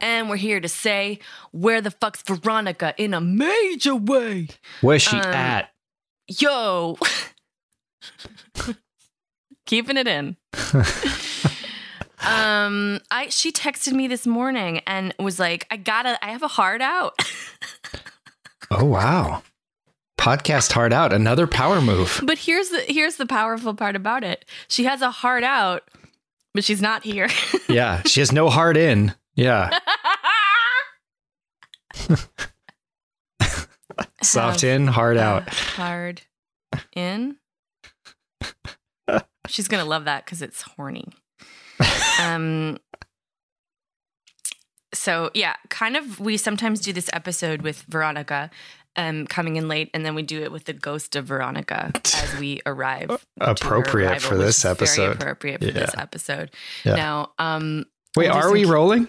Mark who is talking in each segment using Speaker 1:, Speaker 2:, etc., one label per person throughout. Speaker 1: And we're here to say, where the fuck's Veronica in a major way?
Speaker 2: Where's she
Speaker 1: Um,
Speaker 2: at?
Speaker 1: Yo. Keeping it in. um, I she texted me this morning and was like, I gotta I have a heart out.
Speaker 2: Oh wow. Podcast hard out, another power move.
Speaker 1: but here's the here's the powerful part about it. She has a heart out, but she's not here.
Speaker 2: Yeah, she has no heart in. Yeah, soft
Speaker 1: Have
Speaker 2: in, hard
Speaker 1: a
Speaker 2: out.
Speaker 1: Uh, Hard in. She's gonna love that because it's horny. Um. So yeah, kind of. We sometimes do this episode with Veronica, um, coming in late, and then we do it with the ghost of Veronica as we arrive. to her
Speaker 2: Appropriate
Speaker 1: arrival,
Speaker 2: for
Speaker 1: which
Speaker 2: this
Speaker 1: is very
Speaker 2: episode.
Speaker 1: appropriate for this episode.
Speaker 2: Yeah.
Speaker 1: Now, um,
Speaker 2: Wait,
Speaker 1: I'll do
Speaker 2: are
Speaker 1: some
Speaker 2: we
Speaker 1: key-
Speaker 2: rolling?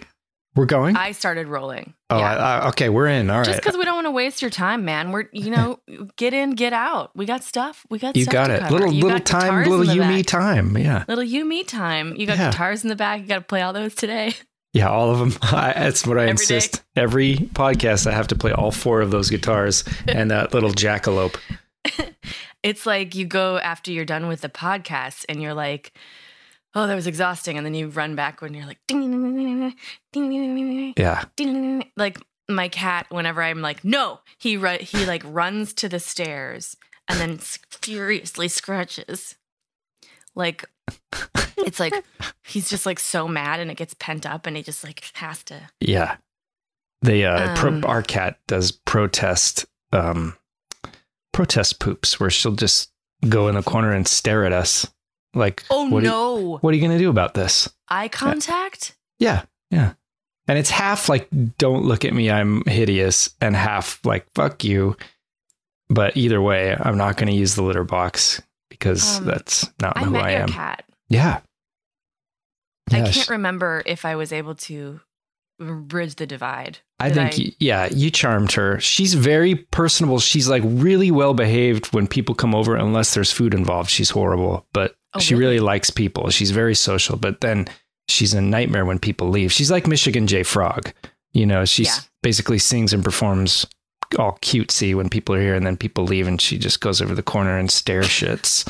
Speaker 2: We're going.
Speaker 1: I started rolling.
Speaker 2: oh,
Speaker 1: Yeah.
Speaker 2: I, I, okay, we're in. All
Speaker 1: Just
Speaker 2: right.
Speaker 1: because we don't want to waste your time, man. We're you know, get in, get out. We got stuff. We got
Speaker 2: You
Speaker 1: stuff
Speaker 2: got
Speaker 1: to
Speaker 2: it.
Speaker 1: cover.
Speaker 2: Little
Speaker 1: You
Speaker 2: little
Speaker 1: got guitars
Speaker 2: time,
Speaker 1: in
Speaker 2: little
Speaker 1: the
Speaker 2: you
Speaker 1: back.
Speaker 2: me time. Yeah,
Speaker 1: Little you me time. You got
Speaker 2: Yeah.
Speaker 1: guitars in the back. You got to play all those today.
Speaker 2: yeah. All of them. I, that's what I
Speaker 1: Every
Speaker 2: insist. Every podcast, I have to play all four of those guitars and that little jackalope.
Speaker 1: It's like you go after you're done with the podcast and you're like, oh, that was exhausting, and then you run back when you're like, ding, ding, ding,
Speaker 2: Yeah.
Speaker 1: ding. like my cat. Whenever I'm like, no, he ru- he like runs to the stairs and then s- furiously scratches. Like it's like he's just like so mad and it gets pent up and he just like has to
Speaker 2: Yeah. They uh
Speaker 1: Um,
Speaker 2: pro- our cat does protest um protest poops where she'll just go in the corner and stare at us like
Speaker 1: Oh
Speaker 2: what are you-
Speaker 1: no.
Speaker 2: what are you going to do about this?
Speaker 1: Eye contact?
Speaker 2: Yeah. Yeah. And it's half like don't look at me I'm hideous and half like fuck you. But either way, I'm not going to use the litter box because
Speaker 1: Um,
Speaker 2: that's not
Speaker 1: I
Speaker 2: who
Speaker 1: met
Speaker 2: I
Speaker 1: your
Speaker 2: am.
Speaker 1: cat.
Speaker 2: Yeah.
Speaker 1: I
Speaker 2: Yeah,
Speaker 1: can't
Speaker 2: she-
Speaker 1: remember if I was able to bridge the divide.
Speaker 2: I
Speaker 1: Did
Speaker 2: think, y yeah, you charmed her. She's very personable. She's like really well behaved when people come over, unless there's food involved. She's horrible, but
Speaker 1: Oh,
Speaker 2: she really? likes people. She's very social, but then she's a nightmare when people leave. She's like Michigan J. Frog. You know, she
Speaker 1: Yeah.
Speaker 2: basically sings and performs all cutesy when people are here, and then people leave, and she just goes over the corner and stare shits.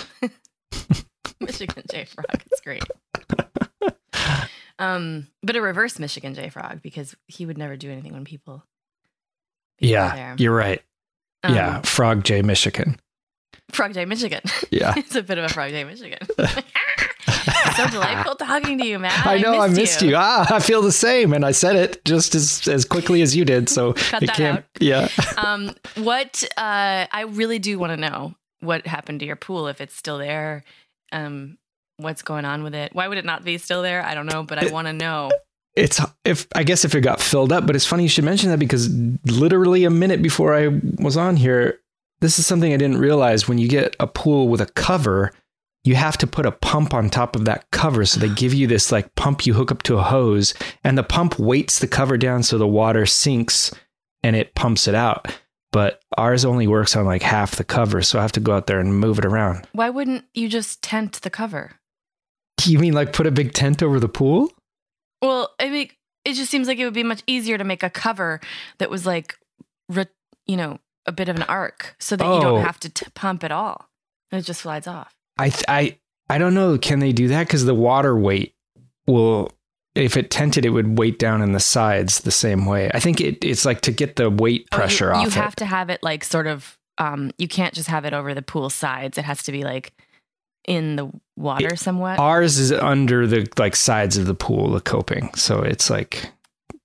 Speaker 1: Michigan J Frog. It's great. um, but a reverse Michigan J Frog because he would never do anything when people. people
Speaker 2: yeah,
Speaker 1: are there.
Speaker 2: you're right.
Speaker 1: Um,
Speaker 2: yeah, Frog J. Michigan.
Speaker 1: Frog Day, Michigan.
Speaker 2: Yeah.
Speaker 1: it's a bit of a Frog Day, Michigan. so delightful talking to you, Matt.
Speaker 2: I know I missed, you. Ah, I feel the same, and I said it just as as quickly as you did. So
Speaker 1: Cut
Speaker 2: it
Speaker 1: that
Speaker 2: can't.
Speaker 1: out.
Speaker 2: Yeah,
Speaker 1: um, what uh, I really do want to know what happened to your pool if it's still there. Um, what's going on with it? Why would it not be still there? I don't know, but I want to know.
Speaker 2: it's if I guess if it got filled up. But it's funny you should mention that because literally a minute before I was on here, this is something I didn't realize. When you get a pool with a cover, you have to put a pump on top of that cover. So they give you this like pump you hook up to a hose, and the pump weights the cover down so the water sinks and it pumps it out. But ours only works on like half the cover, so I have to go out there and move it around.
Speaker 1: Why wouldn't you just tent the cover?
Speaker 2: You mean like put a big tent over the pool?
Speaker 1: Well, I mean, it just seems like it would be much easier to make a cover that was like re- you know, a bit of an arc so that you
Speaker 2: Oh.
Speaker 1: don't have to t- pump at all. And it just slides off.
Speaker 2: I th- I I don't know. Can they do that? Because the water weight will, if it tented, it would weight down in the sides the same way. I think it, it's like to get the weight
Speaker 1: Oh, you-
Speaker 2: pressure
Speaker 1: you,
Speaker 2: off.
Speaker 1: have
Speaker 2: it.
Speaker 1: to have it like sort of um you can't just have it over the pool sides. It has to be like in the water somewhat.
Speaker 2: Ours is under the like sides of the pool, the coping, so it's like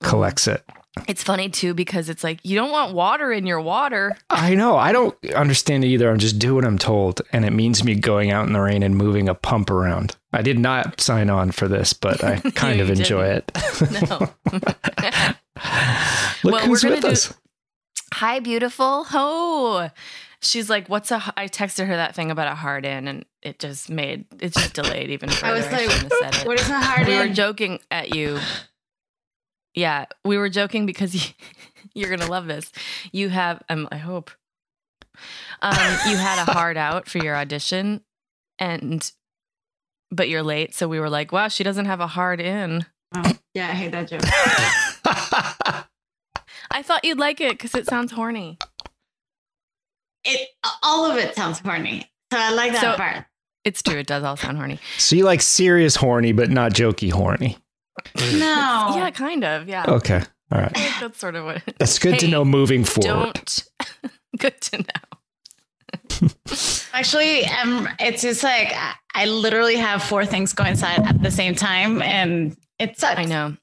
Speaker 2: collects it.
Speaker 1: It's funny too because it's like you don't want water in your water.
Speaker 2: I know. I don't understand it either. I'm just doing what I'm told, and it means me going out in the rain and moving a pump around. I did not sign on for this, but I kind
Speaker 1: No,
Speaker 2: of
Speaker 1: you
Speaker 2: enjoy it.
Speaker 1: No. Well,
Speaker 2: Look
Speaker 1: we're
Speaker 2: who's
Speaker 1: gonna
Speaker 2: with
Speaker 1: do-
Speaker 2: us.
Speaker 1: Hi, beautiful. Ho. She's like, what's a, I texted her that thing about a hard in and it just made, it just delayed even further.
Speaker 3: I was like,
Speaker 1: shouldn't have said it.
Speaker 3: what is a hard
Speaker 1: we were
Speaker 3: in?
Speaker 1: joking at you. Yeah, we were joking because you, you're gonna love this. You have, um, I hope, um, you had a hard out for your audition, and but you're late, so we were like, wow, she doesn't have a hard in.
Speaker 3: Oh, yeah, I hate that joke.
Speaker 1: I thought you'd like it because it sounds horny.
Speaker 3: It all of it sounds corny, so I like that
Speaker 1: So-
Speaker 3: part.
Speaker 1: It's true; it does all sound horny.
Speaker 2: So you like serious horny, but not jokey horny.
Speaker 3: No,
Speaker 1: Yeah, kind of. Yeah,
Speaker 2: Okay. All right.
Speaker 1: I think that's sort of what.
Speaker 2: That's good to
Speaker 1: Oh. Hey,
Speaker 2: know moving forward.
Speaker 1: Don't. Good to know.
Speaker 3: actually, um, it's just like I, I literally have four things going side at the same time, and it sucks.
Speaker 1: I know.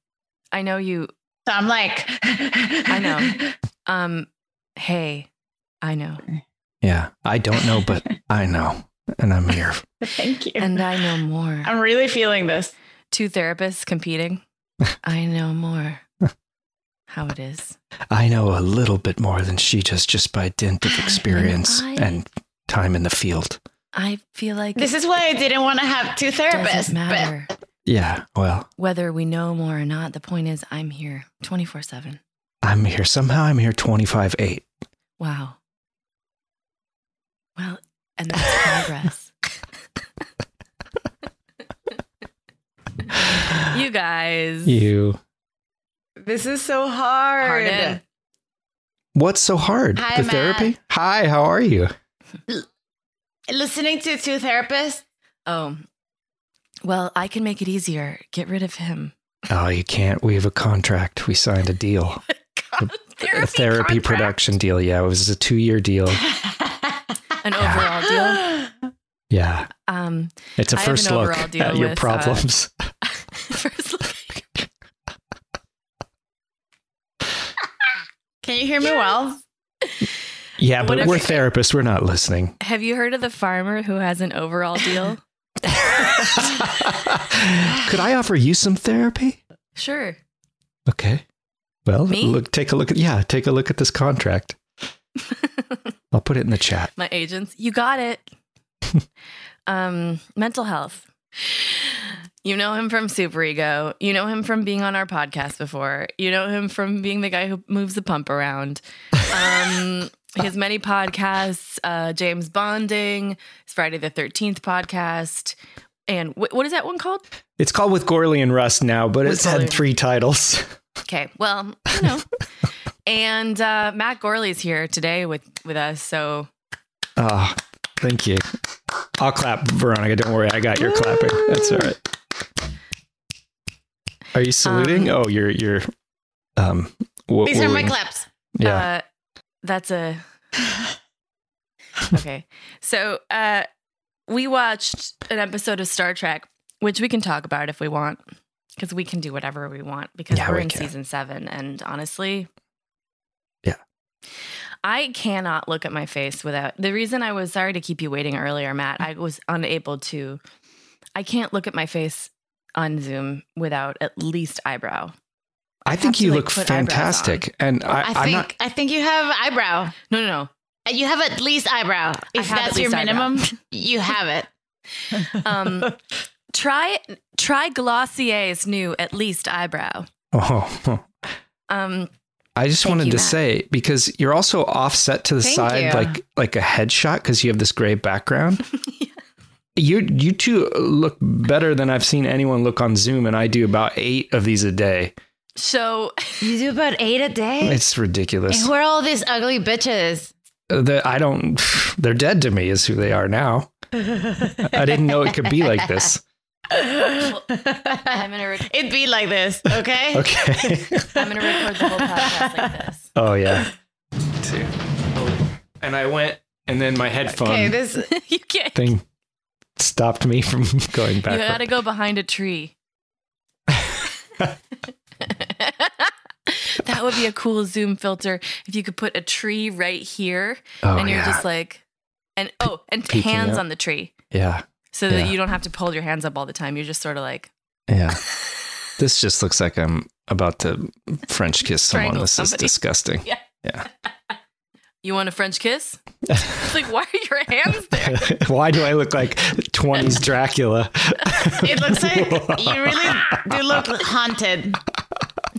Speaker 1: I know you
Speaker 3: So I'm like, I
Speaker 1: know. Um, hey, I know,
Speaker 2: Yeah. I don't know, but I know. And I'm here.
Speaker 3: Thank you.
Speaker 1: and uh, I know more.
Speaker 3: I'm really feeling this.
Speaker 1: Two therapists competing. I know more. How it is.
Speaker 2: I know a little bit more than she does just by dint of experience
Speaker 1: I-
Speaker 2: and time in the field.
Speaker 1: I feel like
Speaker 3: This is why I didn't want to have two
Speaker 1: it
Speaker 3: therapists.
Speaker 1: doesn't
Speaker 3: But
Speaker 1: matter
Speaker 2: Yeah. Well,
Speaker 1: whether we know more or not. The point is, I'm here, twenty four seven.
Speaker 2: I'm here. Somehow I'm here 25 8.
Speaker 1: Wow. Well, and that's progress. you guys,
Speaker 2: You.
Speaker 3: this is so hard.
Speaker 1: pardon.
Speaker 2: What's so hard?
Speaker 3: Hi,
Speaker 2: the
Speaker 3: Matt.
Speaker 2: therapy? Hi, how are you?
Speaker 3: Listening to two therapists.
Speaker 1: Oh, well, I can make it easier. Get rid of him.
Speaker 2: Oh, you can't. We have a contract. We signed a deal.
Speaker 1: God,
Speaker 2: a therapy
Speaker 1: contract.
Speaker 2: production deal. Yeah. It was a two year deal.
Speaker 1: An overall deal.
Speaker 2: Yeah.
Speaker 1: Um,
Speaker 2: It's a
Speaker 1: I have
Speaker 2: first
Speaker 1: an
Speaker 2: look
Speaker 1: overall
Speaker 2: at
Speaker 1: deal
Speaker 2: your
Speaker 1: with, uh,
Speaker 2: problems.
Speaker 1: first look.
Speaker 3: Can you hear me well?
Speaker 2: yeah,
Speaker 1: what
Speaker 2: but
Speaker 1: if-
Speaker 2: we're therapists. We're not listening.
Speaker 1: Have you heard of the farmer who has an overall deal?
Speaker 2: Could I offer you some therapy?
Speaker 1: sure.
Speaker 2: Okay. Well,
Speaker 1: Me?
Speaker 2: look, take a look at yeah, take a look at this contract. I'll put it in the chat.
Speaker 1: My agents, you got it. um, mental health. You know him from Super Ego. You know him from being on our podcast before. You know him from being the guy who moves the pump around. Um, his many podcasts, uh, James Bonding, his Friday the 13th podcast. And wh- what is that one called?
Speaker 2: It's called with Gorley and Rust now, but
Speaker 1: With
Speaker 2: it's
Speaker 1: Gorley.
Speaker 2: had three titles.
Speaker 1: Okay. Well, you know. and uh, Matt Gorley's here today with with us. So
Speaker 2: Ah, thank you. I'll clap, Veronica. Don't worry, I got your clapping. That's all right. Are you saluting? oh, you're you're um. wh-
Speaker 3: These are my
Speaker 2: wooing.
Speaker 3: claps.
Speaker 2: Yeah.
Speaker 1: uh, that's a okay. So uh, we watched an episode of Star Trek, which we can talk about if we want, because we can do whatever we want because
Speaker 2: Yeah,
Speaker 1: we're
Speaker 2: we
Speaker 1: in
Speaker 2: can.
Speaker 1: season seven, and honestly.
Speaker 2: Yeah.
Speaker 1: I cannot look at my face without the reason I was sorry to keep you waiting earlier, Matt. I was unable to. I can't look at my face on Zoom without at least eyebrow.
Speaker 2: I
Speaker 1: have
Speaker 2: think
Speaker 1: to,
Speaker 2: you
Speaker 1: like,
Speaker 2: look
Speaker 1: put eyebrows
Speaker 2: fantastic, and I,
Speaker 3: I
Speaker 2: am
Speaker 3: think
Speaker 2: not.
Speaker 3: I think you have eyebrow. Uh,
Speaker 1: No, no, no.
Speaker 3: You have at least eyebrow.
Speaker 1: I
Speaker 3: If
Speaker 1: have at
Speaker 3: that's your
Speaker 1: least eyebrow.
Speaker 3: minimum, you have it.
Speaker 1: Um, try try Glossier's new at least eyebrow.
Speaker 2: Oh,
Speaker 1: Um,
Speaker 2: I just
Speaker 1: Thank
Speaker 2: wanted
Speaker 1: you,
Speaker 2: to
Speaker 1: Matt.
Speaker 2: say because you're also offset to the
Speaker 3: Thank
Speaker 2: side,
Speaker 3: you.
Speaker 2: like like a headshot, because you have this gray background. You you two look better than I've seen anyone look on Zoom, and I do about eight of these a day.
Speaker 1: So
Speaker 4: You do about eight a day?
Speaker 2: It's ridiculous.
Speaker 4: And where are all these ugly bitches?
Speaker 2: Uh, the- I don't. They're dead to me. Is who they are now. I didn't know it could be like this.
Speaker 1: I'm gonna rec-
Speaker 3: It'd be like this, okay?
Speaker 2: Okay.
Speaker 1: I'm gonna record the whole podcast like this.
Speaker 2: oh yeah. Two. And I went, and then my headphone
Speaker 3: Okay, this
Speaker 1: you can't.
Speaker 2: thing stopped me from going
Speaker 1: You
Speaker 2: back.
Speaker 1: gotta go behind a tree. that would be a cool zoom filter if you could put a tree right here,
Speaker 2: oh
Speaker 1: and you're
Speaker 2: yeah.
Speaker 1: just like, and oh, and
Speaker 2: Peeking
Speaker 1: hands
Speaker 2: out.
Speaker 1: on the tree,
Speaker 2: yeah.
Speaker 1: so that
Speaker 2: Yeah.
Speaker 1: you don't have to hold your hands up all the time. You're just sort of like
Speaker 2: Yeah. This just looks like I'm about to French kiss someone.
Speaker 1: Strangle
Speaker 2: This is
Speaker 1: somebody.
Speaker 2: disgusting.
Speaker 1: Yeah.
Speaker 2: Yeah.
Speaker 1: You want a French kiss? It's like, why are your hands there?
Speaker 2: Why do I look like 20s Dracula?
Speaker 3: it looks like you really do look haunted.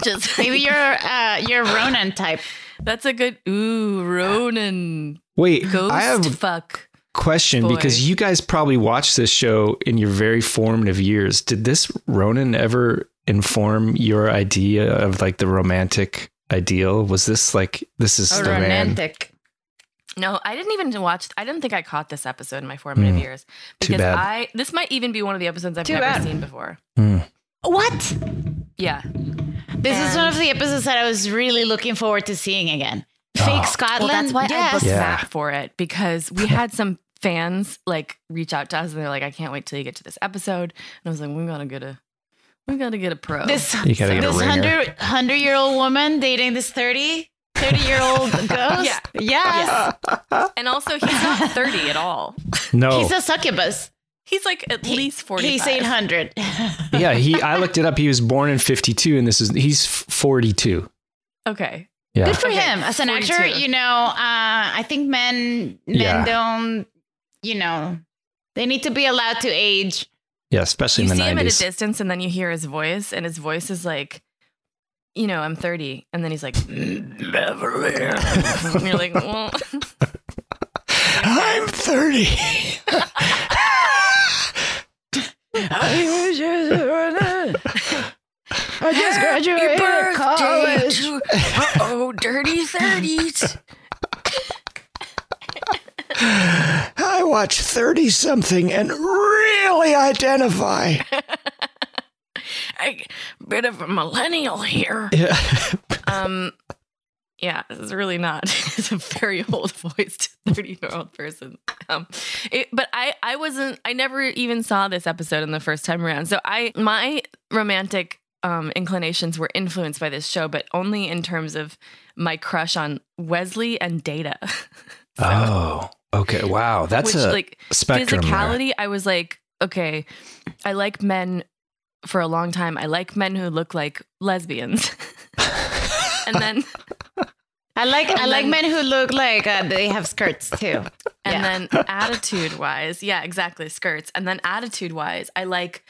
Speaker 1: Just
Speaker 3: Maybe you're uh you're Ronan type.
Speaker 1: that's a good ooh, Ronan
Speaker 2: Wait,
Speaker 1: ghost
Speaker 2: I have a
Speaker 1: fuck.
Speaker 2: question
Speaker 1: boy.
Speaker 2: because you guys probably watched this show in your very formative years. Did this Ronan ever inform your idea of like the romantic ideal? Was this like this is
Speaker 3: Oh,
Speaker 2: the man?
Speaker 3: romantic.
Speaker 1: No, I didn't even watch. I didn't think I caught this episode in my formative
Speaker 2: Mm.
Speaker 1: years
Speaker 2: Too
Speaker 1: because
Speaker 2: bad.
Speaker 1: I this might even be one of the episodes I've
Speaker 3: Too
Speaker 1: never
Speaker 3: bad.
Speaker 1: seen before.
Speaker 3: What?
Speaker 1: Yeah,
Speaker 3: This is one of the episodes that I was really looking forward to seeing again.
Speaker 2: Ah.
Speaker 3: Fake
Speaker 1: well,
Speaker 3: Scotland.
Speaker 1: that's why I
Speaker 3: yes.
Speaker 1: booked
Speaker 2: Yeah.
Speaker 1: that for it because we had some fans like reach out to us and they're like, "I can't wait till you get to this episode," and I was like, "We gotta get a, we gotta get a pro."
Speaker 3: this
Speaker 2: You gotta get a
Speaker 3: this
Speaker 2: ringer.
Speaker 3: 100 100 year old woman dating this 30 30 year old ghost.
Speaker 1: Yeah.
Speaker 3: Yes.
Speaker 1: Yes. and also he's not thirty at all.
Speaker 2: No,
Speaker 3: He's a succubus.
Speaker 1: He's like at least forty.
Speaker 3: He's 800.
Speaker 2: yeah, he. I looked it up. He was born in '52, and this is he's 42.
Speaker 1: Okay,
Speaker 2: Yeah,
Speaker 3: Good for
Speaker 1: Okay,
Speaker 3: him. As an
Speaker 1: 42.
Speaker 3: actor, you know, uh, I think men men
Speaker 2: Yeah.
Speaker 3: don't, you know, they need to be allowed to age.
Speaker 2: yeah, especially
Speaker 1: you
Speaker 2: in
Speaker 1: see
Speaker 2: the
Speaker 1: him at a
Speaker 2: 90s.
Speaker 1: distance and then you hear his voice and his voice is like you know i'm 30 and then he's like never and you're like well
Speaker 2: I'm 30.
Speaker 3: I just graduated
Speaker 1: oh dirty 30s
Speaker 2: I watch 30 something and really identify.
Speaker 1: I, bit of a millennial here
Speaker 2: Yeah.
Speaker 1: um yeah it's really not it's a very old voiced 30 year old person um it, but i i wasn't i never even saw this episode in the first time around so i my romantic um inclinations were influenced by this show but only in terms of my crush on wesley and data So,
Speaker 2: Oh, okay. Wow. That's
Speaker 1: which,
Speaker 2: a
Speaker 1: like
Speaker 2: spectrum. there.
Speaker 1: physicality i was like okay i like men for a long time i like men who look like lesbians and then
Speaker 3: I like I
Speaker 1: And
Speaker 3: like
Speaker 1: then-
Speaker 3: men who look like uh, they have skirts too.
Speaker 1: And
Speaker 3: Yeah.
Speaker 1: then attitude wise, yeah, exactly, skirts. And then attitude wise, I like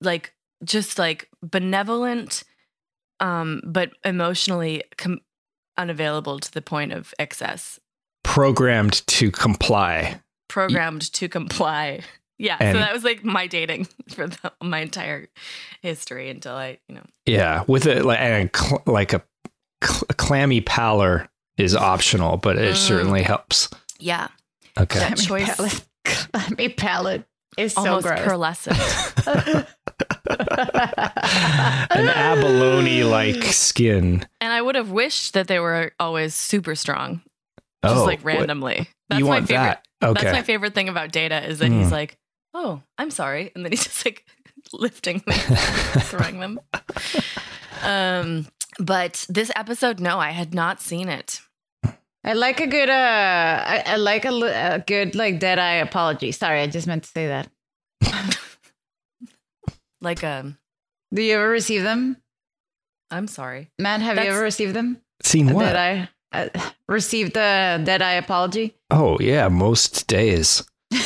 Speaker 1: like just like benevolent um but emotionally com- unavailable to the point of excess,
Speaker 2: Programmed to comply.
Speaker 1: programmed to comply. Yeah,
Speaker 2: And-
Speaker 1: so that was like my dating for the, my entire history until I, you know,
Speaker 2: Yeah. With a like, and a cl- like a cl- clammy pallor is optional, but it
Speaker 1: Mm.
Speaker 2: certainly helps.
Speaker 1: yeah,
Speaker 2: Okay.
Speaker 1: that choice
Speaker 3: palette. Clammy palette is so
Speaker 1: almost
Speaker 3: gross.
Speaker 1: pearlescent.
Speaker 2: An abalone like skin.
Speaker 1: and I would have wished that they were always super strong, just
Speaker 2: oh,
Speaker 1: like
Speaker 2: what-
Speaker 1: randomly. That's
Speaker 2: you
Speaker 1: my
Speaker 2: want
Speaker 1: favorite
Speaker 2: that? Okay.
Speaker 1: That's my favorite thing about Data is that
Speaker 2: Hmm.
Speaker 1: he's like, "Oh, I'm sorry," and then he's just like lifting them, throwing them. Um, but this episode, no, I had not seen it.
Speaker 3: I like a good uh I, I like a, li- a good like dead eye apology. Sorry, I just meant to say that.
Speaker 1: Like, um,
Speaker 3: Do you ever receive them?
Speaker 1: I'm sorry.
Speaker 3: Matt, have you
Speaker 1: That's-
Speaker 3: ever received them?
Speaker 2: Seen what?
Speaker 3: That I uh, received a dead eye apology.
Speaker 2: oh, yeah. Most days.
Speaker 1: Yeah,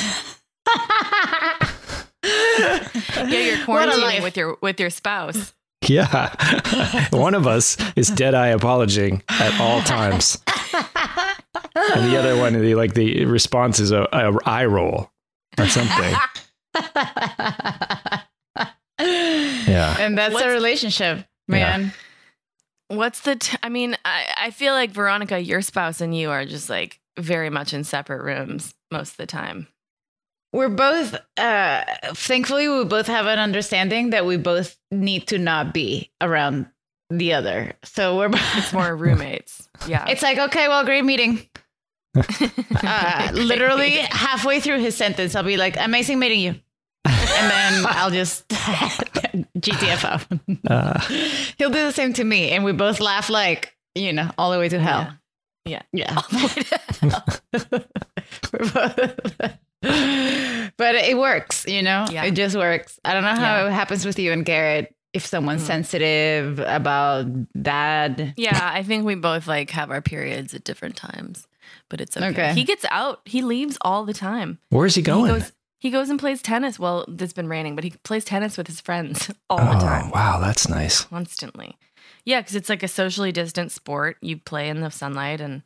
Speaker 1: you're
Speaker 3: What a
Speaker 1: quarantining
Speaker 3: life.
Speaker 1: with your with your spouse.
Speaker 2: Yeah. One of us is dead eye apologizing at all times. and the other one, the like the response is a, a eye roll or something. Yeah.
Speaker 3: and that's
Speaker 1: What's-
Speaker 3: a relationship. man.
Speaker 1: What's the? T- I mean, I, I feel like Veronica, your spouse, and you are just like very much in separate rooms most of the time.
Speaker 3: We're both, uh, thankfully, we both have an understanding that we both need to not be around the other. So we're,
Speaker 1: It's more roommates. Yeah.
Speaker 3: it's like, okay, well, great meeting. Uh, literally
Speaker 1: Great.
Speaker 3: halfway through his sentence, I'll be like, amazing meeting you. And then I'll just GTFO.
Speaker 2: Uh,
Speaker 3: He'll do the same to me. And we both laugh like, you know, all the way to hell.
Speaker 1: Yeah.
Speaker 3: Yeah. We're both- but it works, you know?
Speaker 1: Yeah.
Speaker 3: It just works. I don't know how
Speaker 1: Yeah.
Speaker 3: it happens with you and Garrett. If someone's
Speaker 1: Mhm.
Speaker 3: sensitive about that,
Speaker 1: Yeah, I think we both like have our periods at different times, but it's okay.
Speaker 3: Okay.
Speaker 1: He gets out. He leaves all the time.
Speaker 2: where's he going?
Speaker 1: He goes. He goes and plays tennis. Well, it's been raining, but he plays tennis with his friends all the
Speaker 2: oh,
Speaker 1: time,
Speaker 2: wow, that's nice.
Speaker 1: constantly. Yeah, because it's like a socially distant sport. You play in the sunlight, and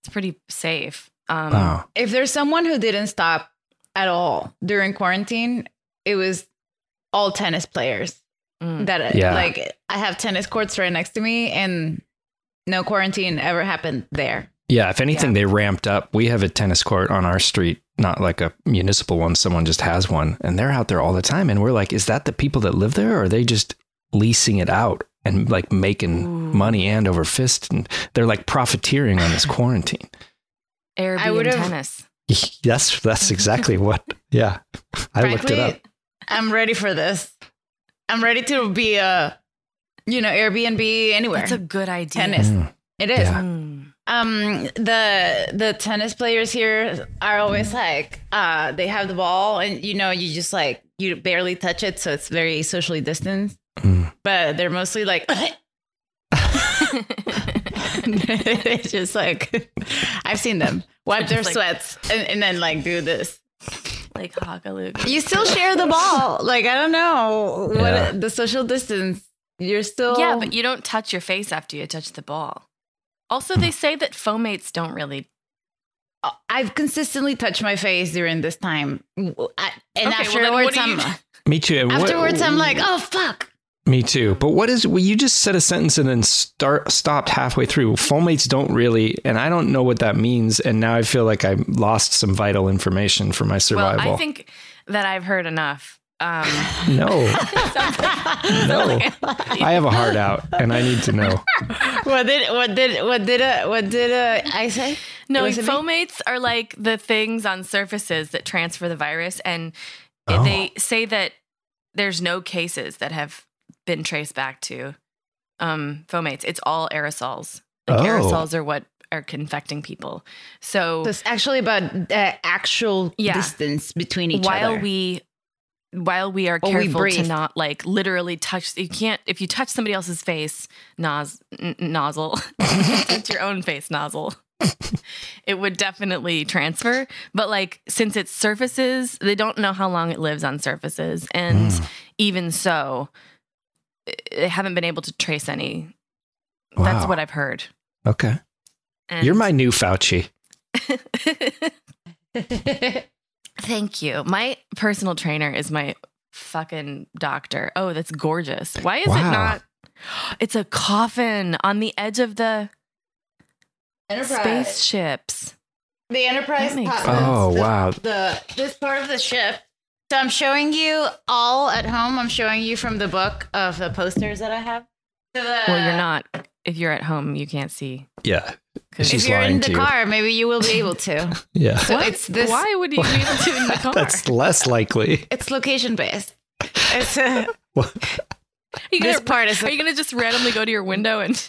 Speaker 1: it's pretty safe. Um,
Speaker 2: oh,
Speaker 3: if there's someone who didn't stop at all during quarantine, it was all tennis players.
Speaker 1: mm.
Speaker 3: That
Speaker 2: Yeah.
Speaker 3: like I have tennis courts right next to me, and no quarantine ever happened there.
Speaker 2: yeah. If anything, they ramped up. We have a tennis court on our street, not like a municipal one. Someone just has one, and they're out there all the time. And we're like, is that the people that live there, or are they just leasing it out and like making
Speaker 1: Ooh.
Speaker 2: money hand over fist? And they're like profiteering on this quarantine.
Speaker 1: Airbnb
Speaker 3: I would've-
Speaker 1: tennis.
Speaker 2: Yes, that's exactly what. Yeah, I looked it up.
Speaker 3: I'm ready for this. I'm ready to be a, you know, Airbnb anywhere.
Speaker 1: That's a good idea.
Speaker 3: Tennis.
Speaker 2: Mm.
Speaker 3: it is.
Speaker 2: Yeah.
Speaker 1: Mm.
Speaker 3: um the the tennis players here are
Speaker 1: Mm-hmm.
Speaker 3: always like uh they have the ball and you know you just like you barely touch it so it's very socially distanced
Speaker 2: Mm.
Speaker 3: but they're mostly like it's just like i've seen them wipe their
Speaker 1: Just like-
Speaker 3: sweats and, and then like do this
Speaker 1: like Hakaluga.
Speaker 3: you still share the ball like i don't know what
Speaker 2: Yeah.
Speaker 3: the social distance you're still
Speaker 1: Yeah, but you don't touch your face after you touch the ball. Also, they say that fomates don't really.
Speaker 3: i've consistently touched my face during this time I- and
Speaker 1: Okay, well, then what
Speaker 3: afterwards
Speaker 1: do you
Speaker 3: i'm
Speaker 1: do?
Speaker 2: Me too. And what-
Speaker 3: Afterwards, I'm like, oh fuck.
Speaker 2: Me too. But what is? Well, you just said a sentence and then start stopped halfway through. Fomates don't really, and I don't know what that means. And now I feel like I lost some vital information for my survival.
Speaker 1: Well, I think that I've heard enough. Um,
Speaker 2: no,
Speaker 1: sounds like-
Speaker 2: no.
Speaker 1: sounds like-
Speaker 2: I have a heart out, and I need to know.
Speaker 3: What did what did what did uh, what did uh, I say?
Speaker 1: no,
Speaker 3: Was it me?
Speaker 1: fomates are like the things on surfaces that transfer the virus, and
Speaker 2: Oh.
Speaker 1: they say that there's no cases that have been traced back to um, fomates. It's all aerosols. Like
Speaker 2: Oh.
Speaker 1: aerosols are what are infecting people. So
Speaker 3: So it's actually about the actual
Speaker 1: Yeah.
Speaker 3: distance between each
Speaker 1: while
Speaker 3: other.
Speaker 1: we while we are
Speaker 3: Oh, we
Speaker 1: careful to
Speaker 3: breathe.
Speaker 1: not like literally touch you can't if you touch somebody else's face nos, n- nozzle it's your own face nozzle it would definitely transfer but like since it's surfaces they don't know how long it lives on surfaces and
Speaker 2: Mm.
Speaker 1: even so eh, they haven't been able to trace any that's
Speaker 2: Wow.
Speaker 1: what i've heard
Speaker 2: Okay,
Speaker 1: and
Speaker 2: you're my new Fauci.
Speaker 1: Thank you. My personal trainer is my fucking doctor. Oh, that's gorgeous. Why is
Speaker 2: Wow.
Speaker 1: it not? It's a coffin on the edge of the
Speaker 3: Enterprise.
Speaker 1: spaceships.
Speaker 3: The Enterprise.
Speaker 1: That makes
Speaker 3: pops
Speaker 1: sense.
Speaker 3: up.
Speaker 2: Oh,
Speaker 3: The-
Speaker 2: wow.
Speaker 3: The this part of the ship. So I'm showing you all at home. I'm showing you from the book of the posters that I have. So the,
Speaker 1: well, you're not. If you're at home, you can't see.
Speaker 2: Yeah,
Speaker 1: 'Cause-
Speaker 2: She's
Speaker 3: if you're
Speaker 2: lying
Speaker 3: in
Speaker 2: to
Speaker 3: the
Speaker 2: you.
Speaker 3: car, maybe you will be able to.
Speaker 2: yeah.
Speaker 3: So it's this.
Speaker 1: Why would you be able to in the car?
Speaker 2: That's less likely.
Speaker 3: It's location based. It's uh,
Speaker 1: Are you
Speaker 3: this
Speaker 1: gonna,
Speaker 3: part is
Speaker 1: Are you gonna just randomly go to your window and?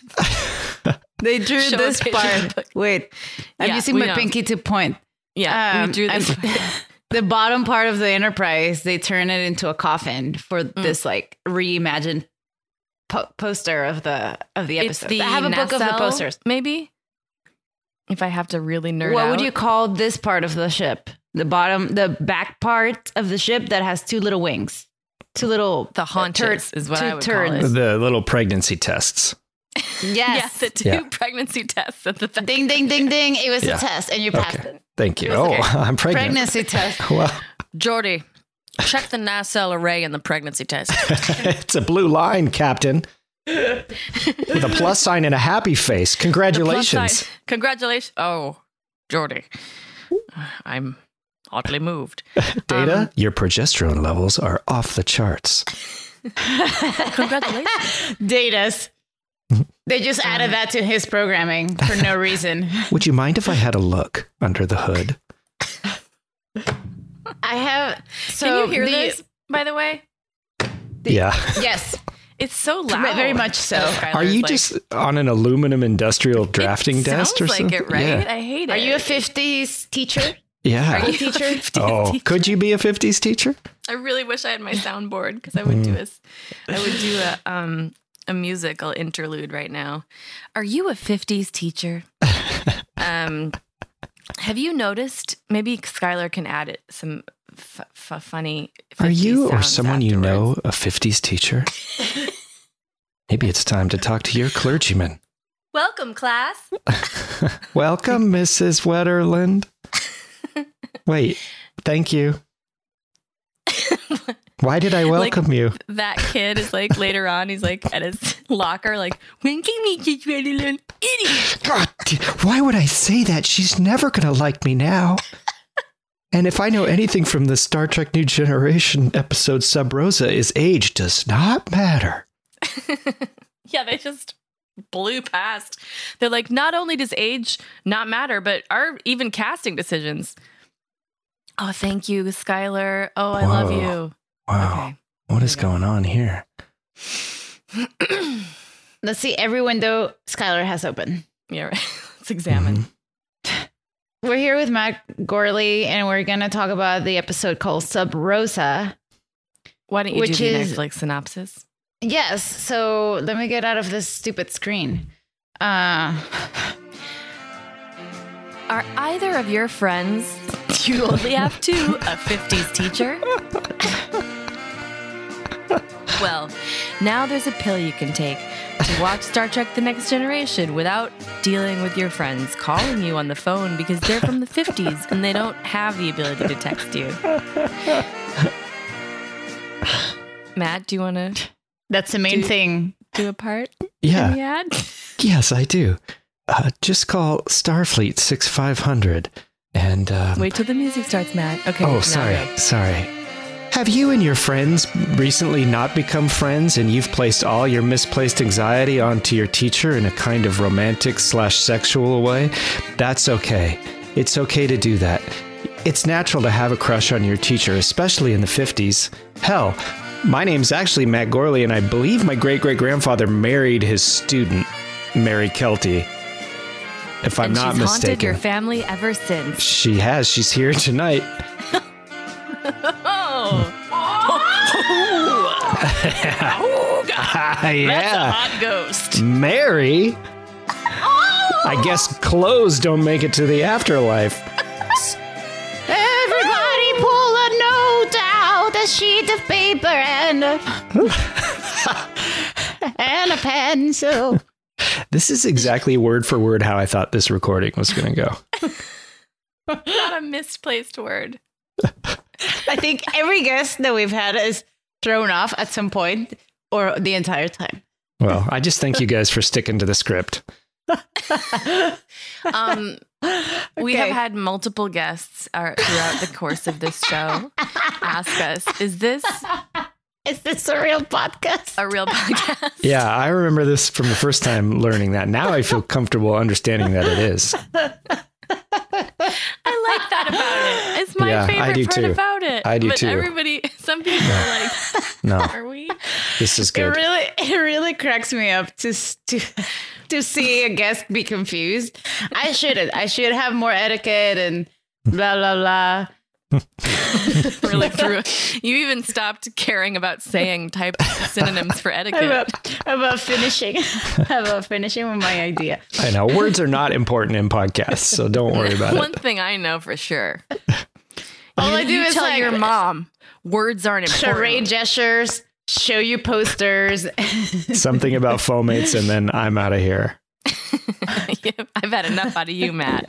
Speaker 3: They drew
Speaker 1: Show
Speaker 3: this
Speaker 1: occasion
Speaker 3: part.
Speaker 1: book.
Speaker 3: Wait, I'm
Speaker 1: Yeah,
Speaker 3: using
Speaker 1: we
Speaker 3: my
Speaker 1: know.
Speaker 3: pinky to point.
Speaker 1: Yeah,
Speaker 3: Um,
Speaker 1: we drew this.
Speaker 3: I'm- the bottom part of the Enterprise, they turn it into a coffin for this like reimagined po- poster of the of the
Speaker 1: it's
Speaker 3: episode.
Speaker 1: the
Speaker 3: I have a book of the
Speaker 1: nacelle,
Speaker 3: posters.
Speaker 1: maybe. If I have to really nerd
Speaker 3: What
Speaker 1: out,
Speaker 3: would you call this part of the ship? The bottom, the back part of the ship that has two little wings, two little
Speaker 1: the haunches
Speaker 3: tur-
Speaker 1: is what
Speaker 3: two
Speaker 1: I would
Speaker 3: turns.
Speaker 1: call it.
Speaker 2: The little pregnancy tests.
Speaker 3: Yes.
Speaker 1: Yeah, the two
Speaker 2: Yeah.
Speaker 1: pregnancy tests at the back.
Speaker 3: ding, ding, ding, ding. It was
Speaker 2: Yeah.
Speaker 3: a test, and you passed
Speaker 2: Okay,
Speaker 3: it.
Speaker 2: thank you.
Speaker 1: Yes,
Speaker 2: Oh,
Speaker 1: okay.
Speaker 2: I'm pregnant.
Speaker 3: Pregnancy test.
Speaker 2: Well,
Speaker 1: Jordy, check the nacelle array in the pregnancy test.
Speaker 2: it's a blue line, Captain. with a plus sign and a happy face.
Speaker 1: Plus
Speaker 2: Congratulations.
Speaker 1: side- Congratulations. Oh, Jordy. I'm oddly moved.
Speaker 2: Data,
Speaker 1: Um,
Speaker 2: your progesterone levels are off the charts.
Speaker 1: Congratulations.
Speaker 3: Datas. They just added that to his programming for no reason.
Speaker 2: Would you mind if I had a look under the hood?
Speaker 3: I have. So
Speaker 1: Can you hear
Speaker 3: the-
Speaker 1: this, by the way?
Speaker 2: yeah.
Speaker 3: Yes.
Speaker 1: It's so loud.
Speaker 3: very much so.
Speaker 1: Skylar's
Speaker 2: Are you
Speaker 1: like,
Speaker 2: just on an aluminum industrial
Speaker 1: "It
Speaker 2: drafting desk
Speaker 1: sounds
Speaker 2: or
Speaker 1: like
Speaker 2: something?
Speaker 1: it, right?
Speaker 2: Yeah.
Speaker 1: I hate it.
Speaker 3: Are you a 50s teacher?
Speaker 2: yeah.
Speaker 3: Are you a teacher?
Speaker 2: oh, could you be a 50s teacher?
Speaker 1: I really wish I had my soundboard because I would do a, I would do a um a musical interlude right now. Are you a '50s teacher? um, have you noticed? Maybe Skylar can add it some f- f- funny.
Speaker 2: Are
Speaker 1: 50s
Speaker 2: you or
Speaker 1: sounds
Speaker 2: someone you know
Speaker 1: afterwards.
Speaker 2: a 50s teacher? Maybe it's time to talk to your clergyman.
Speaker 1: Welcome, class.
Speaker 2: Welcome, Mrs. Wetterland. Wait, thank you. Why did I welcome you?
Speaker 1: That kid is like later on. He's like at his locker, like winking me, teach me to learn idiot.
Speaker 2: God, d- why would I say that? She's never going to like me now. And if I know anything from the Star Trek New Generation episode Sub Rosa, is age does not matter.
Speaker 1: yeah, they just blew past. They're like, not only does age not matter, but our even casting decisions. Oh, thank you, Skylar. Oh, I love
Speaker 2: Whoa.
Speaker 1: you.
Speaker 2: Wow,
Speaker 1: Okay.
Speaker 2: what is going on here?
Speaker 3: Let's see every window Skylar has open.
Speaker 1: Yeah, right. Let's examine.
Speaker 2: Mhm.
Speaker 3: We're here with Matt Gorley, and we're going to talk about the episode called Sub Rosa.
Speaker 1: Why don't you
Speaker 3: Which
Speaker 1: do the
Speaker 3: is-
Speaker 1: Netflix synopsis?
Speaker 3: Yes. So let me get out of this stupid screen. Uh,
Speaker 1: Are either of your friends, you only have two, a 50s teacher? well, now there's a pill you can take to watch Star Trek The Next Generation without dealing with your friends calling you on the phone because they're from the 50s and they don't have the ability to text you. Matt, do you want to
Speaker 3: that's the main thing.
Speaker 1: do a part in
Speaker 2: Yeah,
Speaker 1: the ad?
Speaker 2: yes, I do. Uh, just call Starfleet 6500 and. Um,
Speaker 1: Wait till the music starts, Matt. Okay.
Speaker 2: Oh,
Speaker 1: now
Speaker 2: sorry.
Speaker 1: go.
Speaker 2: Sorry. Have you and your friends recently not become friends and you've placed all your misplaced anxiety onto your teacher in a kind of romantic slash sexual way? That's okay. It's okay to do that. It's natural to have a crush on your teacher, especially in the 50s. Hell, my name's actually Matt Gorley, and I believe my great great grandfather married his student, Mary Kelty. If I'm
Speaker 1: and
Speaker 2: not
Speaker 1: she's haunted
Speaker 2: mistaken,
Speaker 1: your family ever since.
Speaker 2: she has. She's here tonight.
Speaker 1: Oh. Oh. That's a
Speaker 2: yeah.
Speaker 1: hot ghost.
Speaker 2: Mary? I guess clothes don't make it to the afterlife.
Speaker 3: Everybody pull a note out, a sheet of paper, and a, and a pencil.
Speaker 2: This is exactly word for word how I thought this recording was going to go.
Speaker 1: Not a misplaced word.
Speaker 3: I think every guest that we've had is thrown off at some point or the entire time.
Speaker 2: Well, I just thank you guys for sticking to the script.
Speaker 1: Um, We have
Speaker 3: Okay.
Speaker 1: had multiple guests uh, throughout the course of this show ask us, is this
Speaker 3: Is this a real podcast?
Speaker 1: a real podcast?
Speaker 2: Yeah, I remember this from the first time learning that. Now I feel comfortable understanding that it is.
Speaker 1: I like that about it. It's my
Speaker 2: Yeah, I
Speaker 1: favorite
Speaker 2: do
Speaker 1: part
Speaker 2: too.
Speaker 1: about it.
Speaker 2: I do
Speaker 1: but
Speaker 2: too.
Speaker 1: everybody, some people are like,
Speaker 2: No,
Speaker 1: are we?
Speaker 2: this is
Speaker 3: It
Speaker 2: good.
Speaker 3: really, it really cracks me up to s- to to see a guest be confused. I shouldn't. I should have more etiquette and blah blah blah.
Speaker 1: Really through. You even stopped caring about saying type synonyms for etiquette.
Speaker 3: About, about finishing, about finishing with my idea.
Speaker 2: I know words are not important in podcasts, so don't worry about
Speaker 1: One
Speaker 2: it.
Speaker 1: thing I know for sure.
Speaker 3: All
Speaker 1: you,
Speaker 3: I do
Speaker 1: you
Speaker 3: is
Speaker 1: tell
Speaker 3: like
Speaker 1: your mom words aren't important.
Speaker 3: charade gestures, show you posters.
Speaker 2: Something about fomates, and then I'm out of here.
Speaker 1: Yep, I've had enough out of you, Matt.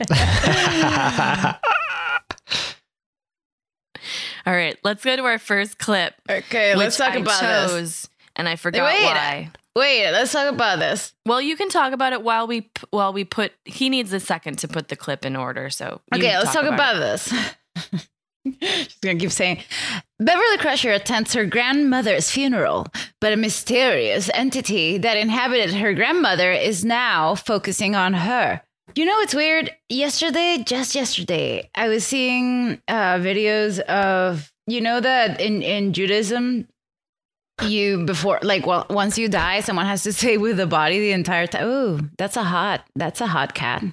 Speaker 1: All right, let's go to our first clip.
Speaker 3: okay, let's
Speaker 1: which
Speaker 3: talk
Speaker 1: I
Speaker 3: about this.
Speaker 1: chose, And I forgot
Speaker 3: Wait,
Speaker 1: why.
Speaker 3: Wait, let's talk about this.
Speaker 1: Well, you can talk about it while we p- while we put. He needs a second to put the clip in order. So you
Speaker 3: Okay, let's talk,
Speaker 1: it.
Speaker 3: about, this. She's gonna keep saying Beverly Crusher attends her grandmother's funeral, but a mysterious entity that inhabited her grandmother is now focusing on her. You know, it's weird. Yesterday, just yesterday, I was seeing uh, videos of you know that in in Judaism, you before like well once you die, someone has to stay with the body the entire time. Oh, that's a hot that's a hot cat.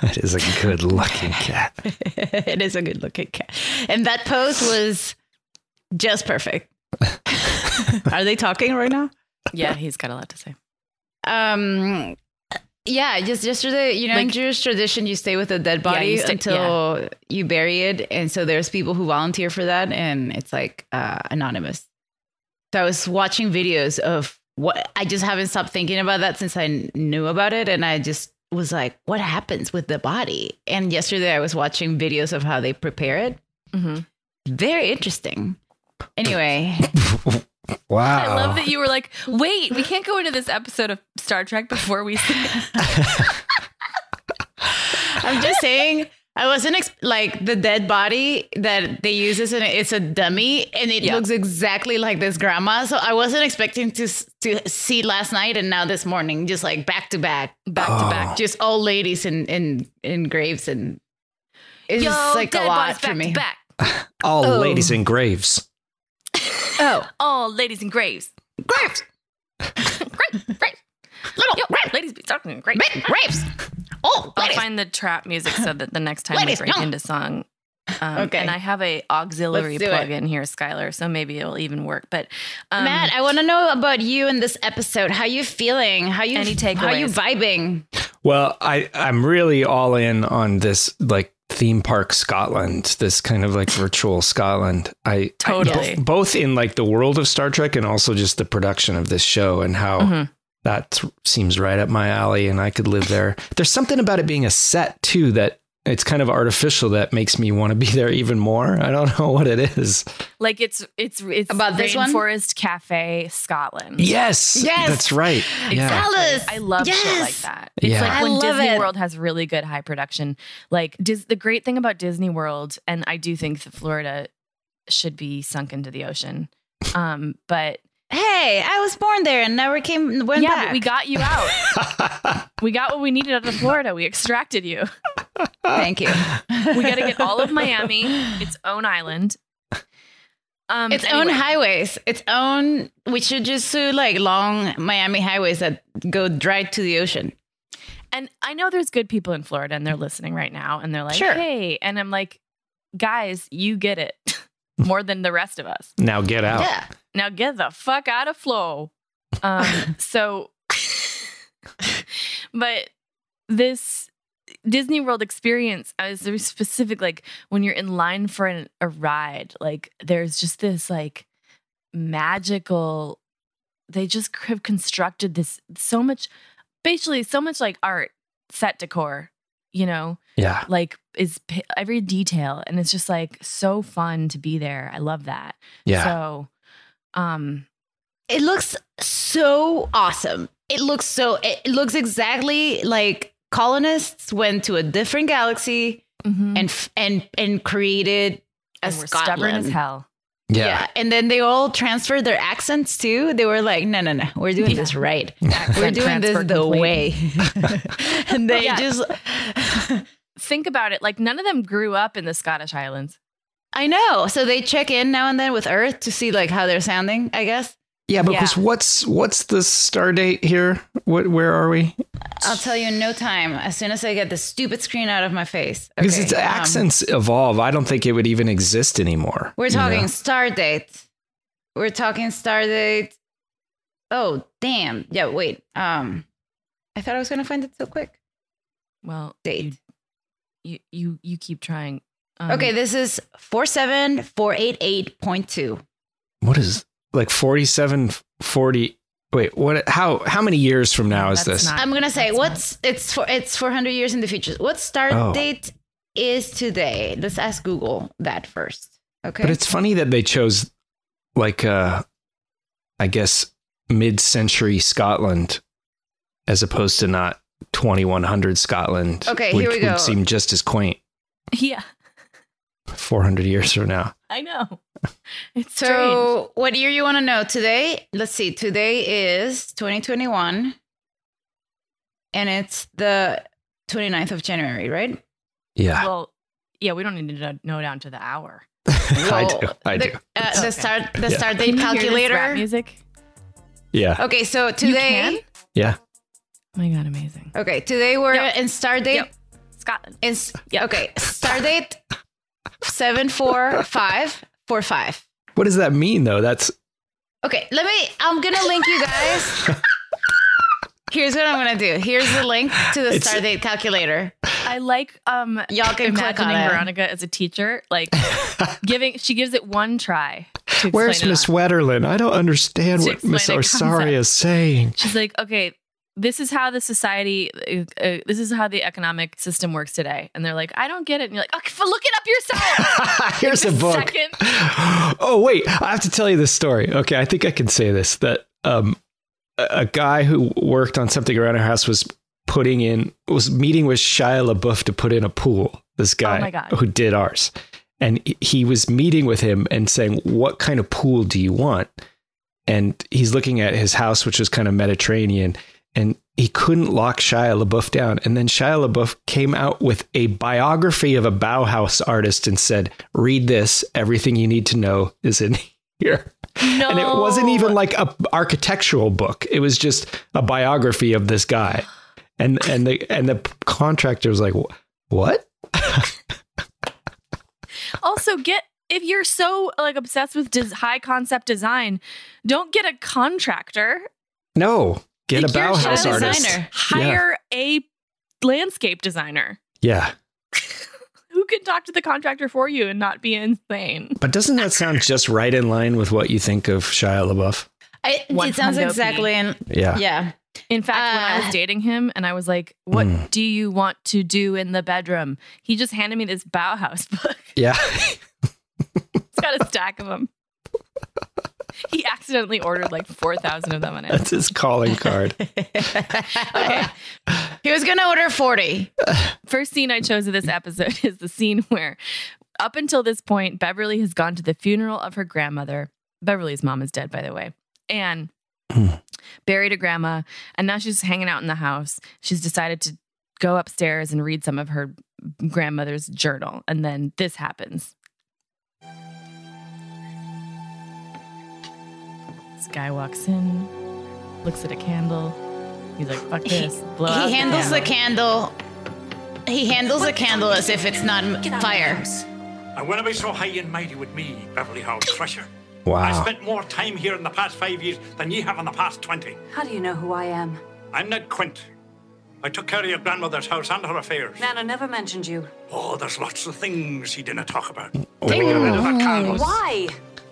Speaker 2: That is a good looking cat.
Speaker 3: it is a good looking cat. And that pose was just perfect. Are they talking right now?
Speaker 1: Yeah, he's got a lot to say.
Speaker 3: Um yeah, just yesterday, you know, in
Speaker 1: Like-
Speaker 3: Jewish tradition, you stay with a dead body
Speaker 1: you stay-
Speaker 3: until you bury it. And so there's people who volunteer for that, and it's like uh, anonymous. So I was watching videos of what I just haven't stopped thinking about that since I kn- knew about it. And I just was like, what happens with the body? And yesterday, I was watching videos of how they prepare it. Mm-hmm.
Speaker 1: Mhm.
Speaker 3: Very interesting. Anyway,
Speaker 2: Wow.
Speaker 1: I love
Speaker 3: Oh.
Speaker 1: that you were like, wait, we can't go into this episode of Star Trek before we. See it."
Speaker 3: I'm just saying. I wasn't ex- like the dead body that they use as an it's a dummy and it
Speaker 1: Yeah.
Speaker 3: looks exactly like this grandma. So I wasn't expecting to s- to see last night and now this morning just like back to back,
Speaker 1: back to back.
Speaker 3: just old ladies in in in graves and it's
Speaker 1: Yo,
Speaker 3: just like a
Speaker 1: dead
Speaker 3: lot
Speaker 1: bodies
Speaker 3: for
Speaker 1: back To
Speaker 3: me.
Speaker 1: back.
Speaker 2: All
Speaker 3: Oh.
Speaker 2: ladies in graves.
Speaker 3: Oh,
Speaker 1: All ladies in graves.
Speaker 3: graves,
Speaker 1: Great, great.
Speaker 3: little
Speaker 1: Yo,
Speaker 3: graves,
Speaker 1: ladies be talking great.
Speaker 3: big graves. Oh,
Speaker 1: I'll
Speaker 3: ladies.
Speaker 1: find the trap music so that the next time
Speaker 3: Ladies,
Speaker 1: we break
Speaker 3: no.
Speaker 1: into song. Um,
Speaker 3: Okay.
Speaker 1: And I have a auxiliary
Speaker 3: Let's do
Speaker 1: plug
Speaker 3: it.
Speaker 1: in here, Skylar, so maybe it'll even work. But um,
Speaker 3: Matt, I want to know about you in this episode. How you feeling? How you
Speaker 1: Any
Speaker 3: how you
Speaker 1: takeaways?
Speaker 3: vibing?
Speaker 2: Well, I I'm really all in on this like theme park Scotland, this kind of like virtual Scotland. I
Speaker 1: Totally.
Speaker 2: I- both, both in like the world of Star Trek and also just the production of this show and how
Speaker 1: Mhm.
Speaker 2: that seems right up my alley and I could live there. There's something about it being a set too that it's kind of artificial that makes me want to be there even more. I don't know what it is.
Speaker 1: like it's it's it's
Speaker 3: About this one?
Speaker 1: Rainforest Cafe Scotland.
Speaker 2: Yes.
Speaker 3: Yes.
Speaker 2: That's right. Yeah.
Speaker 3: Alice,
Speaker 1: I love shit like
Speaker 3: yes.
Speaker 1: that. It's
Speaker 2: Yeah.
Speaker 1: like
Speaker 3: I
Speaker 1: when
Speaker 3: love
Speaker 1: Disney
Speaker 3: it.
Speaker 1: World has really good high production. Like Dis- the great thing about Disney World, and I do think that Florida should be sunk into the ocean. Um, but
Speaker 3: Hey, I was born there and never came went
Speaker 1: yeah,
Speaker 3: back.
Speaker 1: but we got you out. we got what we needed out of Florida. We extracted you.
Speaker 3: Thank you.
Speaker 1: We got to get all of Miami, its own island. Um,
Speaker 3: its own
Speaker 1: anyway.
Speaker 3: highways. Its own. We should just sue like long Miami highways that go right to the ocean.
Speaker 1: And I know there's good people in Florida and they're listening right now and they're like,
Speaker 3: Sure.
Speaker 1: hey. And I'm like, guys, you get it more than the rest of us.
Speaker 2: Now get out.
Speaker 3: Yeah.
Speaker 1: Now get the fuck out of flow. Um, so, but this Disney World experience uh, is very specific. Like when you're in line for an, a ride, like there's just this like magical. They just have constructed this so much, basically so much like art set decor. You know,
Speaker 2: Yeah.
Speaker 1: like is p- every detail, and it's just like so fun to be there. I love that.
Speaker 2: Yeah.
Speaker 1: So, um,
Speaker 3: It looks so awesome. It looks so. It looks exactly like colonists went to a different galaxy
Speaker 1: mhm.
Speaker 3: and f- and and created Mm-hmm. a
Speaker 1: And we're
Speaker 3: Scotland.
Speaker 1: stubborn as hell.
Speaker 2: yeah.
Speaker 3: Yeah. and then they all transferred their accents too. They were like, "No, no, no, we're doing this right. we're
Speaker 1: Accent
Speaker 3: doing this
Speaker 1: transfer
Speaker 3: the
Speaker 1: complete.
Speaker 3: way." and they
Speaker 1: Yeah.
Speaker 3: just,
Speaker 1: Think about it. Like none of them grew up in the Scottish Highlands.
Speaker 3: I know. So they check in now and then with Earth to see like how they're sounding. I guess
Speaker 2: Yeah, because what's what's the star date here? What where are we?
Speaker 3: I'll tell you in no time. As soon as I get the stupid screen out of my face,
Speaker 2: Because
Speaker 3: Okay,
Speaker 2: its
Speaker 3: um,
Speaker 2: accents evolve. I don't think it would even exist anymore.
Speaker 3: we're
Speaker 2: you know?
Speaker 3: talking star date. We're talking star date. Oh damn! Yeah, wait. Um, I thought I was gonna find it so quick.
Speaker 1: Well,
Speaker 3: Date.
Speaker 1: you you you keep trying. Um,
Speaker 3: Okay, this is 47488.2.
Speaker 2: What is like 47 40 Wait, what how how many years from now is
Speaker 1: That's
Speaker 2: this?
Speaker 1: not-
Speaker 3: I'm going to say
Speaker 1: That's
Speaker 3: what's it's for it's 400 years in the future. What start
Speaker 2: Oh.
Speaker 3: date is today? Let's ask Google that first. Okay.
Speaker 2: But it's funny that they chose like uh I guess mid-century Scotland as opposed to not 2100 Scotland.
Speaker 3: Okay,
Speaker 2: which
Speaker 3: here we
Speaker 2: would
Speaker 3: go.
Speaker 2: seem just as quaint
Speaker 1: Yeah,
Speaker 2: 400 years from now.
Speaker 1: I know. It's so
Speaker 3: So, what year you want to know today? Let's see. Today is 2021, and it's the 29th of January, right?
Speaker 2: Yeah,
Speaker 1: well. Yeah, we don't need to know- know down to the hour.
Speaker 2: I
Speaker 3: Well,
Speaker 2: do. I
Speaker 3: the,
Speaker 2: do.
Speaker 3: Uh,
Speaker 1: Okay.
Speaker 3: The start, the
Speaker 2: Yeah.
Speaker 3: start
Speaker 1: Can
Speaker 3: date
Speaker 1: you hear this rap
Speaker 3: calculator.
Speaker 1: music.
Speaker 2: Yeah.
Speaker 3: Okay, so today,
Speaker 1: can?
Speaker 2: Yeah.
Speaker 1: Oh my god, amazing.
Speaker 3: okay, today we're
Speaker 1: Yep.
Speaker 3: in start date.
Speaker 1: Yep. Scotland.
Speaker 3: In, s-
Speaker 1: Yep.
Speaker 3: Okay, start date seven four five four five.
Speaker 2: What does that mean though? That's
Speaker 3: Okay, let me. I'm gonna link you guys. Here's what I'm gonna do. Here's the link to the
Speaker 2: It's-
Speaker 3: start date calculator.
Speaker 1: I like um
Speaker 3: Y'all can click on
Speaker 1: imagining
Speaker 3: it.
Speaker 1: Veronica as a teacher, like giving she gives it one try. to
Speaker 2: Where's
Speaker 1: explain it
Speaker 2: Miss
Speaker 1: all.
Speaker 2: Wetterlin? I don't understand
Speaker 1: To
Speaker 2: what Miss
Speaker 1: explain a
Speaker 2: Orsari
Speaker 1: concept.
Speaker 2: is saying.
Speaker 1: She's like, okay, this is how the society, uh, uh, this is how the economic system works today, and they're like, I don't get it, and you're like, okay, f- look it up yourself.
Speaker 2: Here's
Speaker 1: The
Speaker 2: a book.
Speaker 1: second-
Speaker 2: Oh wait, I have to tell you this story. Okay, I think I can say this that um a, a guy who worked on something around our house was putting in was meeting with Shia LaBeouf to put in a pool. This guy
Speaker 1: Oh my God.
Speaker 2: who did ours. And he- he was meeting with him and saying, "What kind of pool do you want?" And he's looking at his house which was kind of Mediterranean and he couldn't lock Shia LaBeouf down. And then Shia LaBeouf came out with a biography of a Bauhaus artist and said, "Read this. Everything you need to know is in here."
Speaker 1: no,
Speaker 2: And it wasn't even like a architectural book. It was just a biography of this guy. And and the and the contractor was like, "Wh- "What?"
Speaker 1: Also, get if you're so like obsessed with des- high concept design, don't get a contractor.
Speaker 2: No, get a
Speaker 1: Like, you're
Speaker 2: Bauhaus
Speaker 1: just a
Speaker 2: artist.
Speaker 3: designer.
Speaker 1: Hire a landscape designer
Speaker 2: Yeah.
Speaker 1: who can talk to the contractor for you and not be insane.
Speaker 2: But doesn't that sound just right in line with what you think of Shia LaBeouf?
Speaker 3: I,
Speaker 1: One
Speaker 3: it sounds
Speaker 1: hundo P.
Speaker 3: exactly in.
Speaker 2: Yeah.
Speaker 3: Yeah.
Speaker 1: In fact, when I
Speaker 3: Uh,
Speaker 1: was dating him and I was like, What
Speaker 2: Mm.
Speaker 1: do you want to do in the bedroom? He just handed me this Bauhaus book.
Speaker 2: Yeah.
Speaker 1: It's got a stack of them. He accidentally ordered like 4,000 of them on it.
Speaker 2: That's his calling card.
Speaker 3: Okay. he was gonna order forty.
Speaker 1: First scene I chose of this episode is the scene where, up until this point, Beverly has gone to the funeral of her grandmother. Beverly's mom is dead, by the way. And buried a grandma. And now she's hanging out in the house. She's decided to go upstairs and read some of her grandmother's journal. And then this happens. This guy walks in, looks at a candle. He's like, fuck this. Blow out
Speaker 3: He handles the
Speaker 1: candle.
Speaker 3: candle. He handles the candle as if it's not m- fire.
Speaker 5: I want to be so high and mighty with me, Beverly Howard Thrasher. I
Speaker 2: Wow.
Speaker 5: spent more time here in the past five years than ye have in the past twenty.
Speaker 6: How do you know who I am?
Speaker 5: I'm Ned Quint. I took care of your grandmother's house and her affairs.
Speaker 6: Nana never mentioned you.
Speaker 5: Oh, there's lots of things he didn't talk about.
Speaker 2: Whoa.
Speaker 5: That candle,
Speaker 6: Why?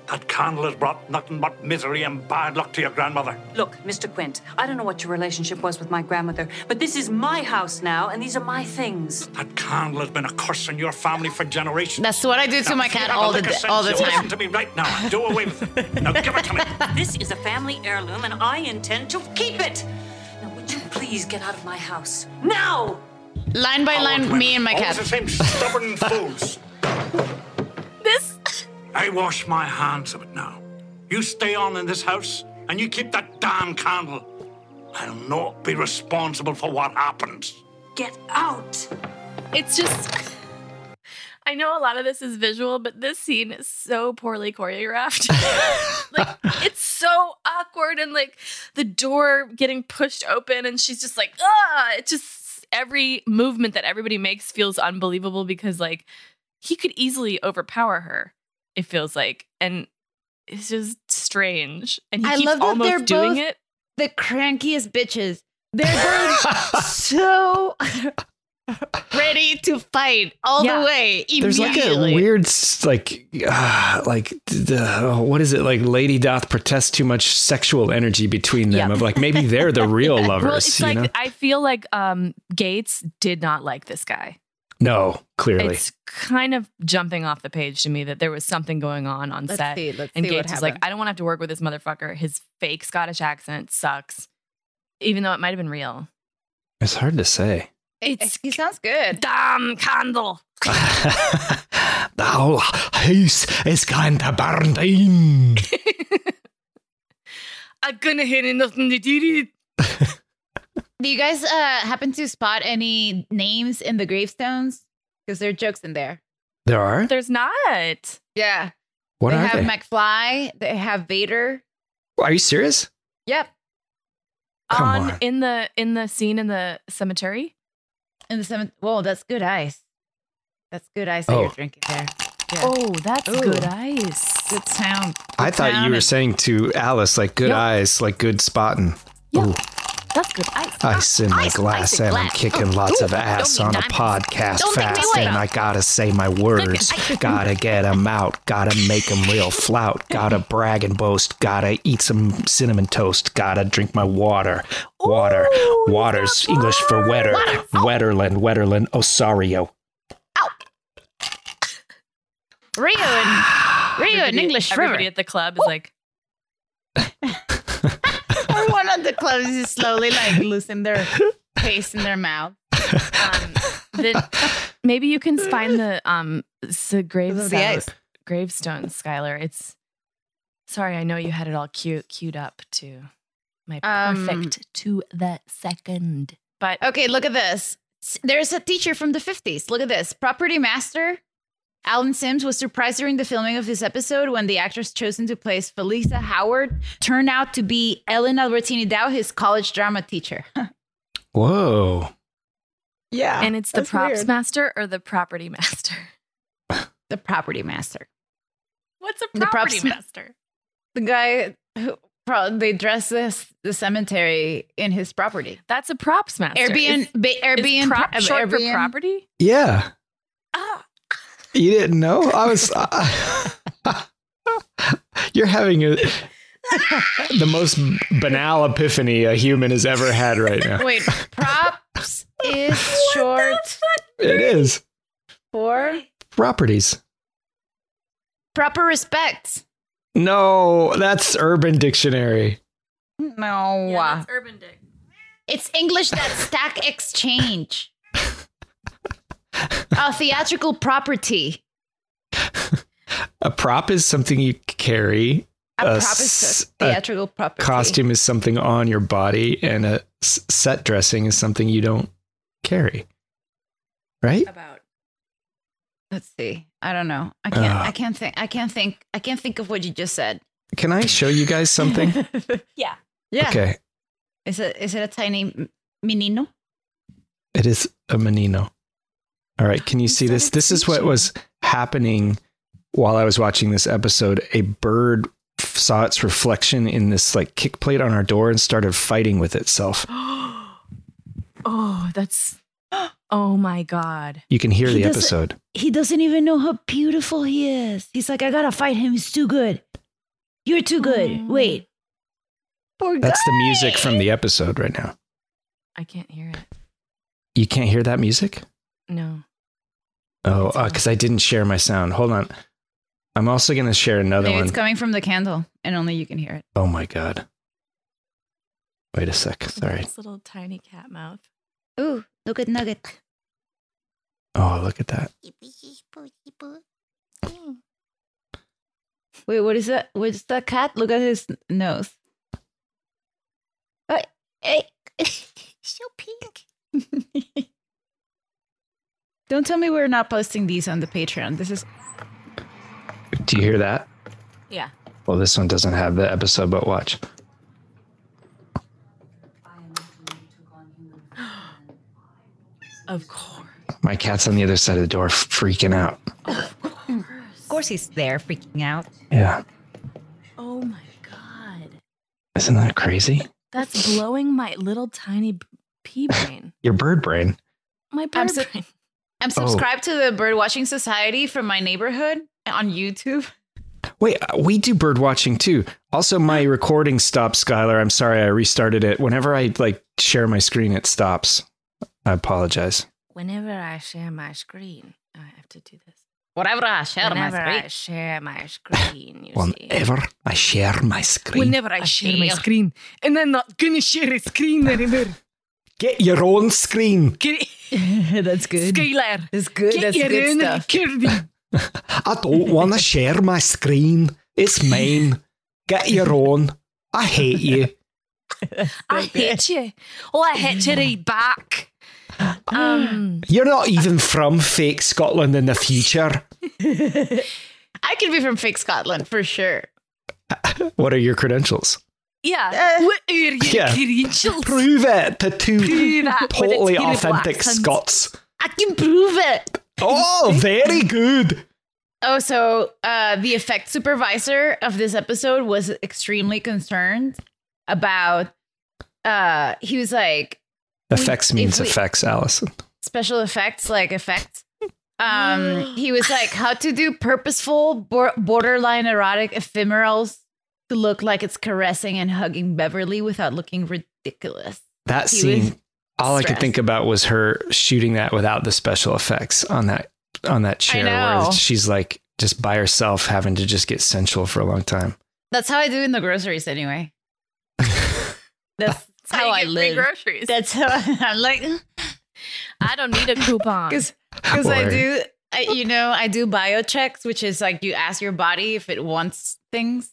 Speaker 5: that candle has brought nothing but misery and bad luck to your grandmother.
Speaker 6: Look, Mr. Quint, I don't know what your relationship was with my grandmother, but this is my house now, and these are my things.
Speaker 5: That candle has been a curse on your family for generations.
Speaker 3: That's what I do to
Speaker 5: Now,
Speaker 3: my
Speaker 5: if you
Speaker 3: cat
Speaker 5: have a
Speaker 3: all the
Speaker 5: lick of
Speaker 3: all the
Speaker 5: sense, you'll Listen
Speaker 3: time.
Speaker 5: to me right now. and Do away with it. Now give it to me.
Speaker 6: This is a family heirloom, and I intend to keep it. Now, would you please get out of my house? Now!
Speaker 3: Line by line, me and my
Speaker 5: Always the
Speaker 3: cat.
Speaker 5: same stubborn fools.
Speaker 1: This
Speaker 5: I wash my hands of it now. You stay on in this house and you keep that damn candle. I'll not be responsible for what happens.
Speaker 6: Get out!
Speaker 1: It's just. I know a lot of this is visual, but this scene is so poorly choreographed. like it's so awkward and like the door getting pushed open and she's just like, ah, it just every movement that everybody makes feels unbelievable because like he could easily overpower her, it feels like. And it's just strange. And he
Speaker 3: I
Speaker 1: keeps
Speaker 3: love that
Speaker 1: almost
Speaker 3: they're
Speaker 1: doing
Speaker 3: both-
Speaker 1: it.
Speaker 3: The crankiest bitches. They're both so ready to fight all
Speaker 1: Yeah.
Speaker 3: the way.
Speaker 2: There's like a
Speaker 3: immediately.
Speaker 2: weird, s- like, uh, like the oh, what is it? Like, lady doth protest too much sexual energy between them.
Speaker 1: Yeah.
Speaker 2: Of like, maybe they're the real lovers.
Speaker 1: Well, it's
Speaker 2: you
Speaker 1: like
Speaker 2: know?
Speaker 1: I feel like um Gates did not like this guy.
Speaker 2: No, clearly.
Speaker 1: It's kind of jumping off the page to me that there was something going on on
Speaker 3: Let's
Speaker 1: set.
Speaker 3: see. Let's
Speaker 1: and
Speaker 3: see what
Speaker 1: Gates is like,
Speaker 3: happened.
Speaker 1: I don't want to have to work with this motherfucker. His fake Scottish accent sucks, even though it might have been real.
Speaker 2: It's hard to say.
Speaker 1: It's
Speaker 3: he sounds good.
Speaker 1: damn candle.
Speaker 2: the whole house is going to burn down.
Speaker 1: I couldn't hear nothing to do.
Speaker 3: Do you guys uh, happen to spot any names in the gravestones? Because there are jokes in there.
Speaker 2: There are?
Speaker 1: There's not.
Speaker 3: Yeah.
Speaker 2: what
Speaker 3: they
Speaker 2: are
Speaker 3: have
Speaker 2: they?
Speaker 3: McFly. They have Vader.
Speaker 2: are you serious?
Speaker 3: Yep.
Speaker 2: Come
Speaker 1: on,
Speaker 2: on.
Speaker 1: in the in the scene in the cemetery.
Speaker 3: In the seventh. Whoa, that's good ice. That's good ice that
Speaker 2: Oh.
Speaker 3: you're drinking there. Yeah.
Speaker 1: Oh, that's
Speaker 3: Ooh.
Speaker 1: good ice.
Speaker 3: Good sound.
Speaker 2: I thought you were saying to Alice, like, good
Speaker 1: Yeah.
Speaker 2: eyes, like good spotting.
Speaker 1: Yeah.
Speaker 2: Ooh,
Speaker 1: That's good ice.
Speaker 2: ice in my
Speaker 4: ice,
Speaker 2: glass,
Speaker 4: ice in
Speaker 2: and I'm
Speaker 4: glass.
Speaker 2: kicking
Speaker 4: Oh,
Speaker 2: lots
Speaker 4: ooh,
Speaker 2: of ass
Speaker 4: don't
Speaker 2: on
Speaker 4: need
Speaker 2: a
Speaker 4: diamonds.
Speaker 2: podcast
Speaker 4: Don't make me
Speaker 2: fast,
Speaker 4: wait.
Speaker 2: and I gotta say my words. gotta get 'em out, gotta make 'em real flout, gotta brag and boast, gotta eat some cinnamon toast, gotta drink my water. Water, water's English for wetter,
Speaker 4: Oh.
Speaker 2: wetterland, wetterland, Osario.
Speaker 3: Rio in, Rio in
Speaker 1: Everybody-
Speaker 3: English forever.
Speaker 1: Everybody at the club is like,
Speaker 3: Everyone on the club is slowly like losing their taste in their mouth.
Speaker 1: um, the, maybe you can find the um s- grave
Speaker 3: Those are the
Speaker 1: site-
Speaker 3: ice.
Speaker 1: gravestone, Skylar. It's sorry, I know you had it all cute queued up to my
Speaker 3: Um, Oh,
Speaker 1: perfect to the second. But
Speaker 3: Okay, look at this. S- There's a teacher from the 50s. Look at this. Property master Alan Sims was surprised during the filming of this episode when the actress chosen to place Felisa Howard turned out to be Ellen Albertini Dow, his college drama teacher.
Speaker 2: Whoa.
Speaker 3: yeah.
Speaker 1: and it's the props master or the property master.
Speaker 3: the property master.
Speaker 1: What's a
Speaker 3: The
Speaker 1: property
Speaker 3: props ma-
Speaker 1: master?
Speaker 3: The guy who probably they dress this the cemetery in his property.
Speaker 1: That's a props master.
Speaker 3: Airbnb,
Speaker 1: Is-
Speaker 3: ba- Airbnb,
Speaker 1: Is prop
Speaker 3: uh,
Speaker 1: short for
Speaker 3: Airbnb.
Speaker 1: property?
Speaker 2: Yeah.
Speaker 1: Ah.
Speaker 2: You didn't know? I was. you're having a, the most banal epiphany a human has ever had right now.
Speaker 3: Wait, props is short
Speaker 2: It is
Speaker 3: for
Speaker 2: properties.
Speaker 3: proper respect.
Speaker 2: No, that's Urban Dictionary.
Speaker 3: No.
Speaker 1: Yeah, that's Urban Dick.
Speaker 3: It's English that stack exchange. A theatrical property.
Speaker 2: A prop is something you carry.
Speaker 3: A,
Speaker 2: A
Speaker 3: prop is
Speaker 2: s-
Speaker 3: a
Speaker 2: a
Speaker 3: theatrical property.
Speaker 2: Costume is something on your body, and a s- set dressing is something you don't carry. Right?
Speaker 1: About
Speaker 3: Let's see. I don't know. I can't.
Speaker 2: Ugh.
Speaker 3: I can't think. I can't think. I can't think of what you just said.
Speaker 2: Can I show you guys something?
Speaker 1: yeah.
Speaker 3: yeah.
Speaker 2: Okay.
Speaker 3: Is it? Is it a tiny m- menino?
Speaker 2: It is a menino. All right, can you
Speaker 3: He
Speaker 2: see this?
Speaker 3: started
Speaker 2: This is what
Speaker 3: teaching.
Speaker 2: was happening while I was watching this episode. A bird f- saw its reflection in this like kick plate on our door and started fighting with itself.
Speaker 1: oh, that's oh my god.
Speaker 2: You can hear
Speaker 3: He
Speaker 2: the
Speaker 3: doesn't-
Speaker 2: episode.
Speaker 3: He doesn't even know how beautiful he is. He's like, I gotta fight him. He's too good. You're too
Speaker 1: Aw.
Speaker 3: Poor
Speaker 2: That's the music from the episode right now.
Speaker 1: I can't hear it.
Speaker 2: You can't hear that music?
Speaker 1: No.
Speaker 2: Oh,
Speaker 1: It's not.
Speaker 2: because I didn't share my sound. Hold on. I'm also going to share another
Speaker 3: Maybe
Speaker 2: one.
Speaker 3: it's coming from the candle, and only you can hear it.
Speaker 2: oh my God. Wait a sec. Sorry.
Speaker 1: This little tiny cat mouth.
Speaker 3: Ooh, look at Nugget.
Speaker 2: Oh, look at that.
Speaker 3: Wait, what is that? What's that cat? Look at his nose. Uh, eh.
Speaker 4: So pink.
Speaker 3: Don't tell me we're not posting these on the Patreon. This is
Speaker 2: Do you hear that?
Speaker 1: Yeah.
Speaker 2: Well, this one doesn't have the episode, but watch.
Speaker 1: Of course.
Speaker 2: My cat's on the other side of the door freaking out.
Speaker 3: of course he's there freaking out.
Speaker 2: Yeah.
Speaker 1: Oh my god.
Speaker 2: Isn't that crazy?
Speaker 1: That's blowing my little tiny b- pea brain.
Speaker 2: Your bird brain.
Speaker 1: My
Speaker 3: I'm
Speaker 1: bird
Speaker 3: so-
Speaker 1: brain.
Speaker 3: I'm
Speaker 2: Oh.
Speaker 3: subscribed to the Birdwatching Society from my neighborhood on YouTube.
Speaker 2: Wait, uh, we do bird watching too. Also, my recording stopped, Skylar. I'm sorry I restarted it. Whenever I like share my screen, it stops. I apologize.
Speaker 1: Whenever I share my screen, I have to do this.
Speaker 3: Whatever I share my
Speaker 1: Whenever I
Speaker 3: screen.
Speaker 1: share my screen, you see.
Speaker 2: Whenever I share my screen,
Speaker 1: Whenever I share my
Speaker 3: share.
Speaker 1: screen, and I'm not gonna share a screen anymore.
Speaker 2: get your own screen.
Speaker 1: Get it,
Speaker 3: That's good.
Speaker 1: Skylar.
Speaker 3: That's good.
Speaker 1: Get
Speaker 3: That's
Speaker 1: your
Speaker 3: good
Speaker 1: own
Speaker 3: stuff.
Speaker 1: recording.
Speaker 2: I don't want to share my screen. It's mine. Get your own. I hate you.
Speaker 1: I hit you. Oh, I hit you right back. Um,
Speaker 2: You're not even from fake Scotland in the future.
Speaker 3: I could be from fake Scotland for sure.
Speaker 2: What are your credentials?
Speaker 1: yeah. what are your
Speaker 2: yeah.
Speaker 1: credentials?
Speaker 2: Prove it to two
Speaker 1: Prove it with
Speaker 2: totally
Speaker 1: a terrible
Speaker 2: authentic
Speaker 1: accent.
Speaker 2: Scots.
Speaker 3: I can prove it.
Speaker 2: Oh, very good.
Speaker 3: Oh, so uh, the effect supervisor of this episode was extremely concerned about. Uh, he was like
Speaker 2: Effects means
Speaker 3: if we-
Speaker 2: effects, Allison.
Speaker 3: special effects, like effects. Um, he was like how to do purposeful, bor- borderline erotic ephemerals to look like it's caressing and hugging Beverly without looking ridiculous.
Speaker 2: That
Speaker 3: He was
Speaker 2: scene, all I could
Speaker 3: stressed.
Speaker 2: think about was her shooting that without the special effects on that on that chair
Speaker 3: know.
Speaker 2: where she's like just by herself having to just get sensual for a long time.
Speaker 3: That's how I do in the groceries, anyway. That's,
Speaker 1: That's
Speaker 3: how
Speaker 1: you
Speaker 3: I
Speaker 1: get free
Speaker 3: live.
Speaker 1: groceries.
Speaker 3: That's how I'm like
Speaker 1: I don't need a coupon.
Speaker 3: because because I
Speaker 2: Or-
Speaker 3: do I, you know I do bio checks, which is like you ask your body if it wants things.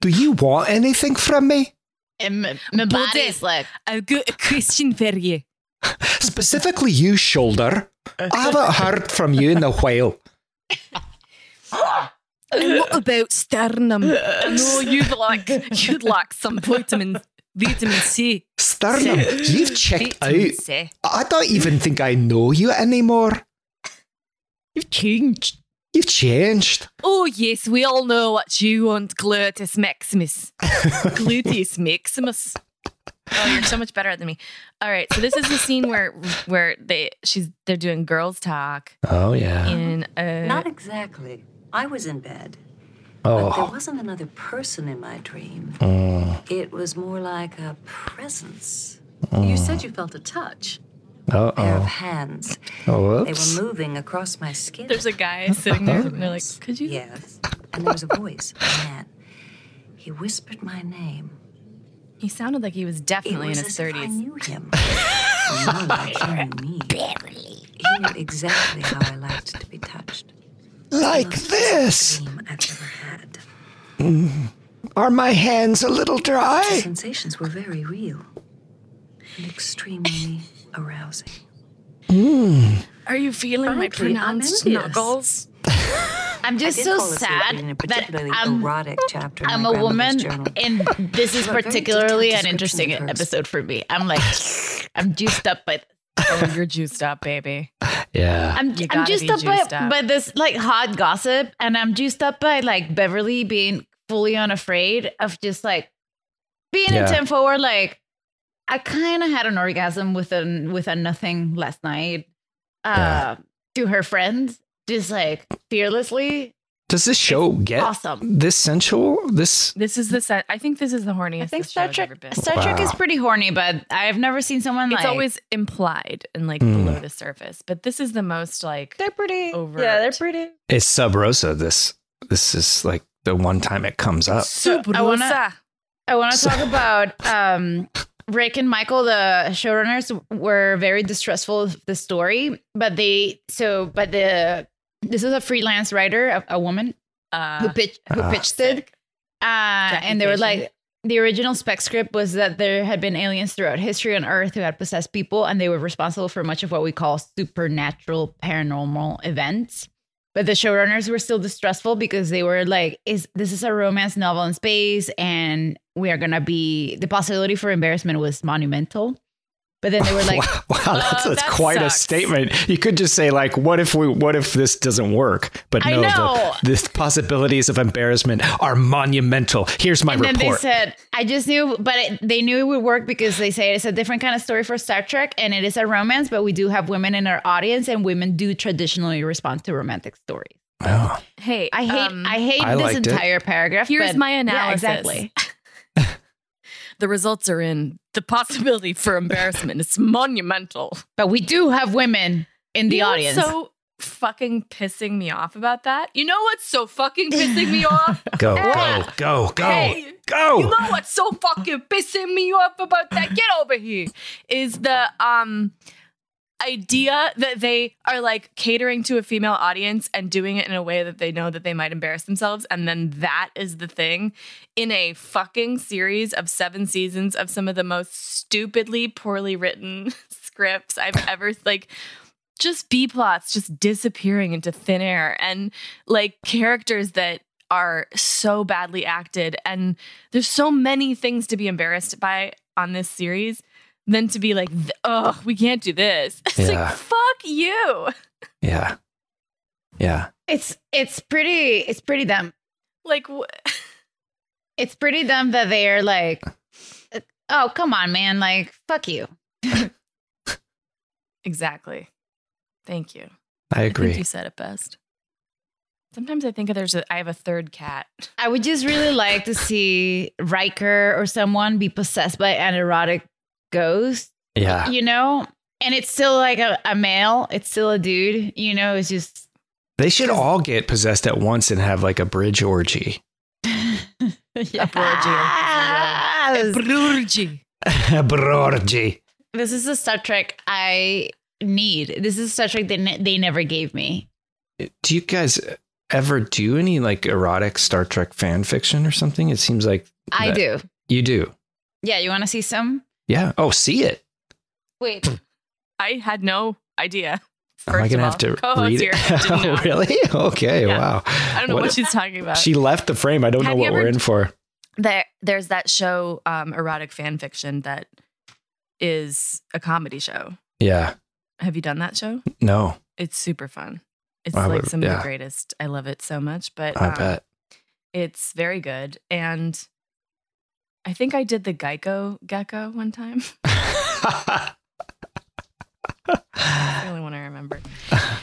Speaker 2: Do you want anything from me?
Speaker 3: And my, my
Speaker 1: Bull
Speaker 3: body's
Speaker 1: dip.
Speaker 3: like
Speaker 1: I've got a question for you.
Speaker 2: Specifically, you shoulder. I haven't heard from you in a while.
Speaker 1: And what about sternum? I know you'd like you'd like some vitamin vitamin C.
Speaker 2: Sternum, you've checked
Speaker 1: Vitamin
Speaker 2: out.
Speaker 1: C.
Speaker 2: I don't even think I know you anymore.
Speaker 3: you've changed.
Speaker 2: You've changed.
Speaker 1: Oh yes, we all know what you want, gluteus maximus. gluteus maximus. Oh, you're so much better than me. All right, so this is the scene where where they she's they're doing girls talk
Speaker 2: Oh yeah.
Speaker 1: in a
Speaker 6: Not exactly. I was in bed, but there
Speaker 2: Oh.
Speaker 6: wasn't another person in my dream.
Speaker 2: Mm.
Speaker 6: It was more like a presence. You said you felt a touch,
Speaker 2: Uh
Speaker 6: pair of
Speaker 2: oh.
Speaker 6: hands.
Speaker 2: Oh.
Speaker 6: They
Speaker 2: Whoops.
Speaker 6: were moving across my skin.
Speaker 1: there's a guy sitting there and they're like, could you?
Speaker 6: Yes. And there was a voice, a man. He whispered my name.
Speaker 1: He sounded like he was
Speaker 6: It
Speaker 1: definitely in
Speaker 6: was
Speaker 1: his
Speaker 6: as if I
Speaker 1: thirties.
Speaker 6: knew him. He knew I knew me. He knew exactly how I liked to be touched.
Speaker 2: Like this.
Speaker 6: Dream I've ever had.
Speaker 2: Are my hands a little
Speaker 6: The
Speaker 2: dry?
Speaker 6: sensations were very real and extremely arousing.
Speaker 1: Are you feeling my
Speaker 6: Frankly, I'm
Speaker 1: pronounced
Speaker 6: envious.
Speaker 1: knuckles?
Speaker 3: I'm
Speaker 6: I
Speaker 3: just
Speaker 6: did
Speaker 3: so
Speaker 6: fall asleep
Speaker 3: sad
Speaker 6: in a
Speaker 3: that
Speaker 6: particularly
Speaker 3: I'm
Speaker 6: erotic chapter. in
Speaker 3: I'm
Speaker 6: my
Speaker 3: a
Speaker 6: grandmother's
Speaker 3: woman,
Speaker 6: journal.
Speaker 3: and this is
Speaker 6: Have a very detailed
Speaker 3: particularly an
Speaker 6: description
Speaker 3: interesting
Speaker 6: of hers.
Speaker 3: episode for me. I'm like I'm juiced up by
Speaker 1: Oh, you're juiced up, baby.
Speaker 2: Yeah.
Speaker 3: I'm,
Speaker 1: You
Speaker 3: I'm
Speaker 1: gotta
Speaker 3: juiced
Speaker 1: be
Speaker 3: up,
Speaker 1: juiced
Speaker 3: by,
Speaker 1: up.
Speaker 3: by this like hot gossip, and I'm juiced up by like Beverly being fully unafraid of just like being
Speaker 2: Yeah.
Speaker 3: in ten forward. Like I kind of had an orgasm with a with a nothing last night
Speaker 2: Yeah.
Speaker 3: uh, to her friends, just like fearlessly.
Speaker 2: Does this show get
Speaker 3: Awesome.
Speaker 2: this sensual? This
Speaker 1: This is the set. I think this is the horniest.
Speaker 3: I think
Speaker 1: this
Speaker 3: Star
Speaker 1: show's
Speaker 3: Trek
Speaker 1: ever been.
Speaker 3: Star Trek is
Speaker 2: Wow.
Speaker 3: pretty horny, but I've never seen someone
Speaker 1: It's
Speaker 3: like
Speaker 1: always implied and like
Speaker 2: Mm.
Speaker 1: below the surface, but this is the most like
Speaker 3: they're pretty. Yeah,
Speaker 1: overt.
Speaker 3: they're pretty.
Speaker 2: it's sub rosa. This this is like the one time it comes up.
Speaker 3: So, I wanna-
Speaker 1: Rosa.
Speaker 3: I want to
Speaker 2: So-
Speaker 3: talk about um, Rick and Michael, the showrunners, were very distrustful of the story, but they so but the this is a freelance writer, a, a woman who
Speaker 1: Uh,
Speaker 3: pitched who
Speaker 2: Ah.
Speaker 3: pitched it, uh, and they were
Speaker 1: Patient.
Speaker 3: like the original spec script was that there had been aliens throughout history on Earth who had possessed people, and they were responsible for much of what we call supernatural paranormal events. But the showrunners were still distrustful because they were like, "Is this is a romance novel in space, and we are gonna be the possibility for embarrassment was monumental." But then they were like,
Speaker 2: wow, wow, that's,
Speaker 1: uh,
Speaker 2: that's
Speaker 1: that
Speaker 2: quite a
Speaker 1: sucks.
Speaker 2: statement. You could just say like, "What if we? What if this doesn't work?" But
Speaker 3: I
Speaker 2: no,
Speaker 3: know.
Speaker 2: The, the possibilities of embarrassment are monumental. Here's my
Speaker 3: and then they
Speaker 2: report.
Speaker 3: said, I just knew, but it, they knew it would work because they say it's a different kind of story for Star Trek and it is a romance, but we do have women in our audience and women do traditionally respond to romantic stories.
Speaker 2: Oh.
Speaker 1: hey,
Speaker 3: I hate,
Speaker 1: um,
Speaker 3: I hate
Speaker 2: I
Speaker 3: this
Speaker 2: liked it.
Speaker 3: entire paragraph.
Speaker 1: Here's
Speaker 3: but-
Speaker 1: my
Speaker 3: Yeah,
Speaker 1: analysis.
Speaker 3: exactly.
Speaker 1: The results are in. The possibility for embarrassment is monumental.
Speaker 3: But we do have women in the
Speaker 1: You know what's
Speaker 3: audience.
Speaker 1: So fucking pissing me off about that. You know what's so fucking pissing me off?
Speaker 2: Go, go,
Speaker 1: Ah.
Speaker 2: go, go,
Speaker 1: Hey,
Speaker 2: go.
Speaker 1: You know what's so fucking pissing me off about that? Get over here. Is the um idea that they are like catering to a female audience and doing it in a way that they know that they might embarrass themselves and then that is the thing in a fucking series of 7 seasons of some of the most stupidly poorly written scripts I've ever like just B plots just disappearing into thin air and like characters that are so badly acted and there's so many things to be embarrassed by on this series than to be like oh we can't do this it's
Speaker 2: Yeah.
Speaker 1: like fuck you
Speaker 2: yeah. Yeah.
Speaker 3: it's it's pretty it's pretty dumb.
Speaker 1: like wh-
Speaker 3: It's pretty dumb that they're like, oh come on, man, like fuck you.
Speaker 1: exactly thank you
Speaker 2: I
Speaker 1: I think
Speaker 2: agree.
Speaker 1: you said it best sometimes i think there's a i have a third cat
Speaker 3: I would just really like to see Riker or someone be possessed by an erotic ghost,
Speaker 2: Yeah.
Speaker 3: you know? And it's still like a, a male, it's still a dude, you know? It's just,
Speaker 2: They should all get possessed at once and have like a bridge orgy.
Speaker 3: Yes.
Speaker 2: Brorgy.
Speaker 3: This is a Star Trek I need. This is a Star Trek they, ne- they never gave me.
Speaker 2: Do you guys ever do any like erotic Star Trek fan fiction or something? It seems like
Speaker 3: I
Speaker 2: That-
Speaker 3: do.
Speaker 2: you do.
Speaker 3: Yeah, you want to see some?
Speaker 2: Yeah. Oh, see it.
Speaker 3: Wait.
Speaker 2: Hmm.
Speaker 1: i had no idea
Speaker 2: Am I
Speaker 1: First
Speaker 2: going to
Speaker 1: of
Speaker 2: have to
Speaker 1: all, co-host
Speaker 2: read
Speaker 1: here
Speaker 2: it?
Speaker 1: didn't know.
Speaker 2: oh, really? Okay.
Speaker 1: Yeah.
Speaker 2: Wow.
Speaker 1: i don't know what,
Speaker 2: What-
Speaker 1: she's talking about
Speaker 2: She left the frame. I don't
Speaker 1: Have
Speaker 2: know
Speaker 1: you
Speaker 2: what we're
Speaker 1: ever-
Speaker 2: in for.
Speaker 1: there there's that show um erotic fan fiction that is a comedy show
Speaker 2: Yeah.
Speaker 1: have you done that show
Speaker 2: No,
Speaker 1: it's super fun it's
Speaker 2: I
Speaker 1: like
Speaker 2: would-
Speaker 1: some of
Speaker 2: yeah.
Speaker 1: the greatest i love it so much but
Speaker 2: I
Speaker 1: um,
Speaker 2: bet.
Speaker 1: it's very good and i think i did the geico gecko one time the only one i remember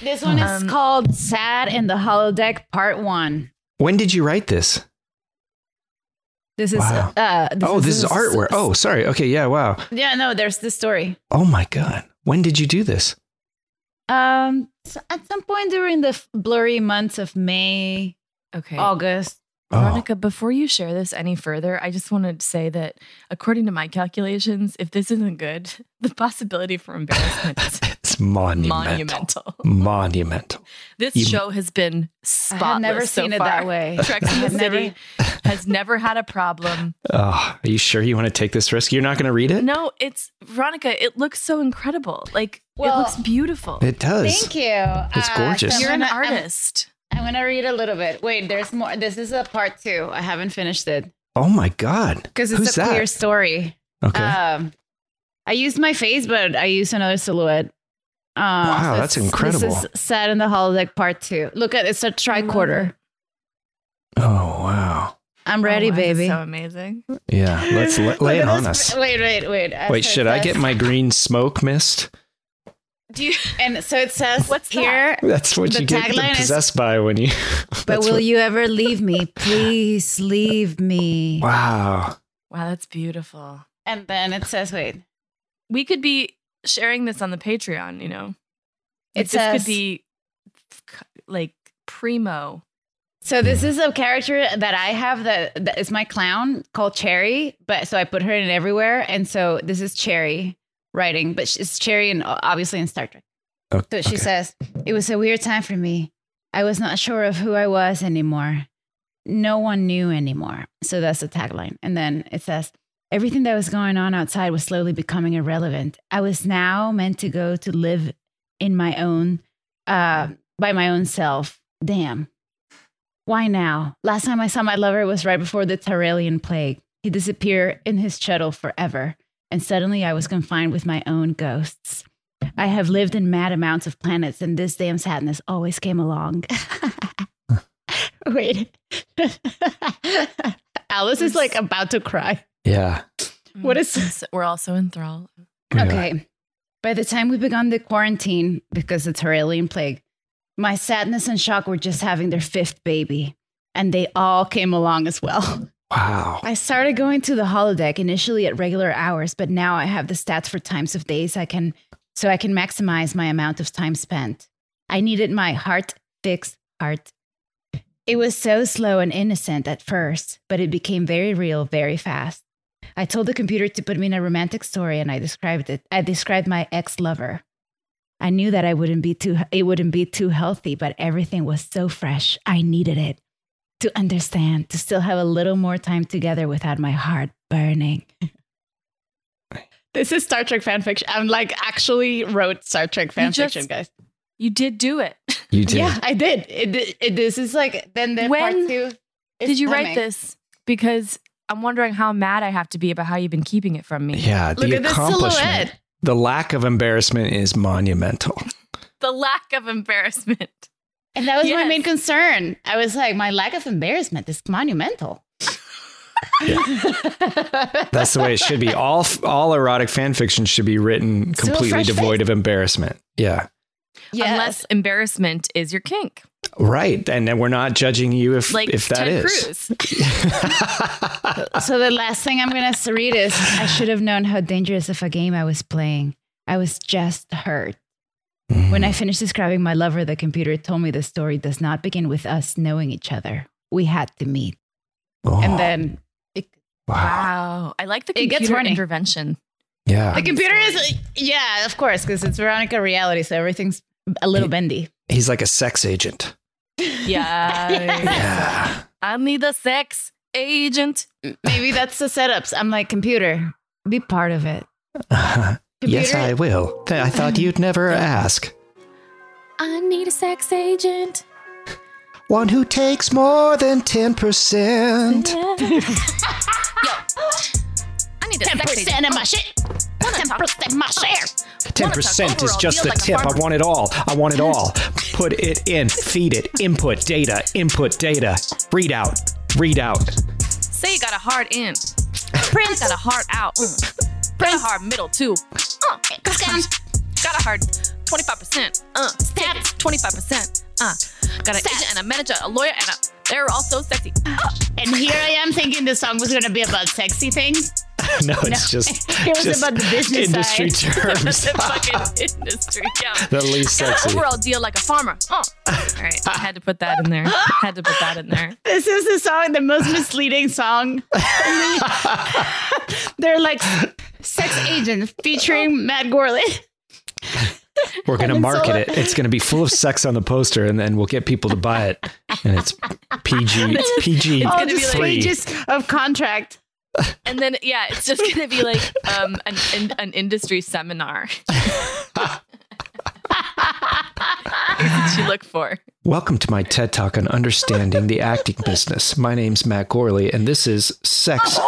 Speaker 3: This one is
Speaker 1: Um,
Speaker 3: called Sad in the Holodeck Part 1.
Speaker 2: when did you write this?
Speaker 3: This is
Speaker 2: Wow.
Speaker 3: uh
Speaker 2: oh, this is artwork. Oh, sorry. Okay. Yeah. Wow.
Speaker 3: Yeah, no, there's the story.
Speaker 2: Oh, my God. When did you do this?
Speaker 3: Um, so at some point during the f- blurry months of May,
Speaker 1: okay
Speaker 3: August,
Speaker 2: Oh,
Speaker 1: Veronica, before you share this any further, I just want to say that according to my calculations, if this isn't good, the possibility for embarrassment is
Speaker 2: it's monumental. Monumental.
Speaker 1: monumental. This
Speaker 2: You-
Speaker 1: show has been spotless.
Speaker 3: I've never
Speaker 1: so
Speaker 3: seen it
Speaker 1: far.
Speaker 3: that way.
Speaker 1: Treks in the
Speaker 3: I've never-
Speaker 1: City has never had a problem.
Speaker 2: Oh, are you sure you want to take this risk? You're not going to read it?
Speaker 1: No, it's Veronica. It looks so incredible. Like
Speaker 3: Well-
Speaker 1: it looks beautiful.
Speaker 2: It does.
Speaker 3: Thank you. Uh,
Speaker 2: It's gorgeous.
Speaker 3: so
Speaker 1: You're
Speaker 3: I'm
Speaker 1: an
Speaker 3: gonna- I'm-
Speaker 1: artist.
Speaker 3: I'm, gonna read a little bit. Wait, there's more. This is a part two. I haven't finished it
Speaker 2: Oh my God.
Speaker 3: because it's
Speaker 2: Who's
Speaker 3: a
Speaker 2: that?
Speaker 3: queer story.
Speaker 2: Okay.
Speaker 1: uh,
Speaker 3: Um, I used my face, but I used another silhouette. Um,
Speaker 2: Wow,
Speaker 3: so
Speaker 2: that's
Speaker 3: it's-
Speaker 2: incredible.
Speaker 3: This is Sad in the Holodeck Part Two. Look at it's a tricorder.
Speaker 2: oh wow.
Speaker 3: I'm ready,
Speaker 1: Oh, this is
Speaker 3: baby.
Speaker 1: So amazing.
Speaker 2: Yeah. Let's la-
Speaker 3: Look
Speaker 2: lay it
Speaker 3: at
Speaker 2: on
Speaker 3: this-
Speaker 2: us.
Speaker 3: Wait, wait, wait. Uh,
Speaker 2: Wait,
Speaker 3: so it
Speaker 2: should I
Speaker 3: says-
Speaker 2: get my green smoke mist?
Speaker 1: Do you?
Speaker 3: And so it says
Speaker 1: What's that?
Speaker 3: here.
Speaker 2: That's what
Speaker 3: The
Speaker 2: you get
Speaker 3: tagline is-
Speaker 2: possessed by when you.
Speaker 3: But
Speaker 2: that's
Speaker 3: will
Speaker 2: what-
Speaker 3: you ever leave me? Please leave me.
Speaker 2: Wow.
Speaker 1: Wow, that's beautiful.
Speaker 3: And then it says, wait.
Speaker 1: We could be sharing this on the Patreon. You know,
Speaker 3: It
Speaker 1: this
Speaker 3: says,
Speaker 1: could be like primo.
Speaker 3: so this is a character that I have that, that is my clown called Cherry. But so I put her in everywhere. And so this is Cherry writing, but it's Cherry and obviously in Star Trek.
Speaker 2: O-
Speaker 3: So she
Speaker 2: okay.
Speaker 3: says, It was a weird time for me. I was not sure of who I was anymore. No one knew anymore. So that's the tagline. And then it says, Everything that was going on outside was slowly becoming irrelevant. I was now meant to go to live in my own, uh, by my own self. Damn. Why now? Last time I saw my lover was right before the Tyrellian plague. He disappeared in his shuttle forever. And suddenly I was confined with my own ghosts. I have lived in mad amounts of planets, and this damn sadness always came along. Wait. Alice is like about to cry.
Speaker 2: Yeah.
Speaker 3: What is-
Speaker 1: this? We're also enthralled.
Speaker 2: Yeah.
Speaker 3: Okay. By the time we began the quarantine, because it's Haralian plague, my sadness and shock were just having their fifth baby, and they all came along as well.
Speaker 2: Wow.
Speaker 3: I started going to the holodeck initially at regular hours, but now I have the stats for times of days I can so I can maximize my amount of time spent. I needed my heart fixed heart. It was so slow and innocent at first, but it became very real very fast. I told the computer to put me in a romantic story and I described it. I described my ex-lover. I knew that I wouldn't be too it wouldn't be too healthy, but everything was so fresh. I needed it to understand, to still have a little more time together without my heart burning.
Speaker 7: This is Star Trek fanfiction. I'm like actually wrote Star Trek
Speaker 1: You just-
Speaker 7: fanfiction, guys.
Speaker 1: You did do it.
Speaker 2: You did.
Speaker 7: Yeah, I did.
Speaker 3: It, it, it- this is like then the part
Speaker 1: When
Speaker 3: two. is
Speaker 1: did you write
Speaker 3: coming.
Speaker 1: this? Because I'm wondering how mad I have to be about how you've been keeping it from me.
Speaker 2: Yeah,
Speaker 7: Look
Speaker 2: the
Speaker 7: at this
Speaker 2: accomplishment.
Speaker 7: silhouette.
Speaker 2: The lack of embarrassment is monumental.
Speaker 1: The lack of embarrassment.
Speaker 3: And that was my
Speaker 1: Yes.
Speaker 3: main concern. I was like, my lack of embarrassment is monumental.
Speaker 2: That's the way it should be. All all erotic fan fiction should be written
Speaker 3: Still
Speaker 2: completely
Speaker 3: fresh
Speaker 2: devoid of embarrassment. Yeah.
Speaker 1: Unless embarrassment is your kink.
Speaker 2: Right. And then we're not judging you if
Speaker 1: Like
Speaker 2: if that
Speaker 1: Ted
Speaker 2: is.
Speaker 1: Cruz.
Speaker 3: uh, So the last thing I'm gonna s- read is I should have known how dangerous of a game I was playing. I was just hurt. When I finished describing my lover, the computer told me the story does not begin with us knowing each other. We had to meet.
Speaker 2: Oh,
Speaker 3: And then
Speaker 2: wow.
Speaker 1: Wow. I like the
Speaker 3: It
Speaker 1: computer
Speaker 3: gets horny.
Speaker 1: intervention.
Speaker 2: Yeah.
Speaker 3: the computer is uh, yeah, of course, because it's Veronica reality, so everything's a little bendy.
Speaker 2: He's like a sex agent.
Speaker 1: Yeah.
Speaker 2: Yeah.
Speaker 1: I need a sex agent.
Speaker 3: Maybe that's the setups. I'm like, computer, be part of it.
Speaker 2: yes, I will. Th- I thought you'd never ask.
Speaker 1: I need a sex agent.
Speaker 2: One who takes more than 10%.
Speaker 4: I need ten percent of my shit. Ten percent my share.
Speaker 2: 10% is just the tip. I want it all. I want it all. Put it in, feed it, input data, input data, read out, read out.
Speaker 1: Say you got a hard in. Prince got a hard out. Mm. Got a hard middle too. Uh,
Speaker 4: Scam.
Speaker 1: got a hard 25%. Uh,
Speaker 4: Stats.
Speaker 1: 25%. Uh, got an agent and a manager, a lawyer, and a. They're all so sexy.
Speaker 7: And here I am thinking this song was gonna be about sexy things.
Speaker 2: No, it's just,
Speaker 7: It was
Speaker 2: just
Speaker 7: about the business
Speaker 2: industry terms.
Speaker 1: the fucking industry. Yeah.
Speaker 2: the least
Speaker 1: Got an
Speaker 2: sexy.
Speaker 1: overall deal like a farmer. Uh. All right. I had to put that in there. had to put that in there.
Speaker 7: This is the song, the most misleading song. They're like sex agent featuring Matt Gorley.
Speaker 2: We're going to
Speaker 7: And
Speaker 2: market
Speaker 7: so-
Speaker 2: it. It's going to be full of sex on the poster, and then we'll get people to buy it. And it's PG, PG
Speaker 7: All
Speaker 1: be
Speaker 7: the
Speaker 1: like-
Speaker 2: three.
Speaker 7: pages of contract.
Speaker 1: And then yeah, it's just gonna be like um an an, an industry seminar. what you look for.
Speaker 2: Welcome to my TED Talk on understanding the acting business. My name's Matt Gorley, and this is Sex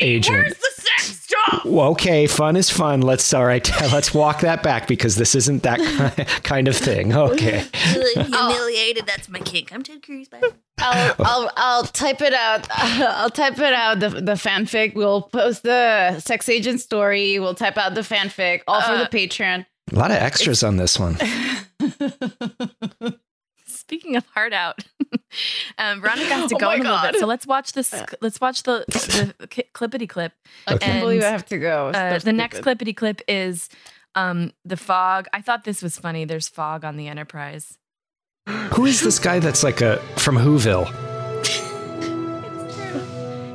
Speaker 2: Agent. Where's the sex job? Okay, fun is fun. Let's all right. Let's walk that back because this isn't that ki- kind of thing. Okay.
Speaker 6: Humiliated. That's my kink. I'm Ted Cruz. Bye.
Speaker 3: I'll, I'll I'll type it out. I'll type it out. The the fanfic. We'll post the sex agent story. We'll type out the fanfic. All for the
Speaker 1: Uh,
Speaker 3: Patreon.
Speaker 2: A lot of extras on this one.
Speaker 1: Speaking of hard out, um, Veronica has to
Speaker 7: Oh
Speaker 1: go
Speaker 7: my
Speaker 1: in a little
Speaker 7: God.
Speaker 1: bit, so let's watch this.
Speaker 6: Uh.
Speaker 1: Let's watch the the ki- clippity clip.
Speaker 3: I can't
Speaker 1: And,
Speaker 3: believe I have to go.
Speaker 1: Uh, the next clippity clip is um the fog. I thought this was funny. There's fog on the Enterprise.
Speaker 2: Who is this guy that's like a from Whoville?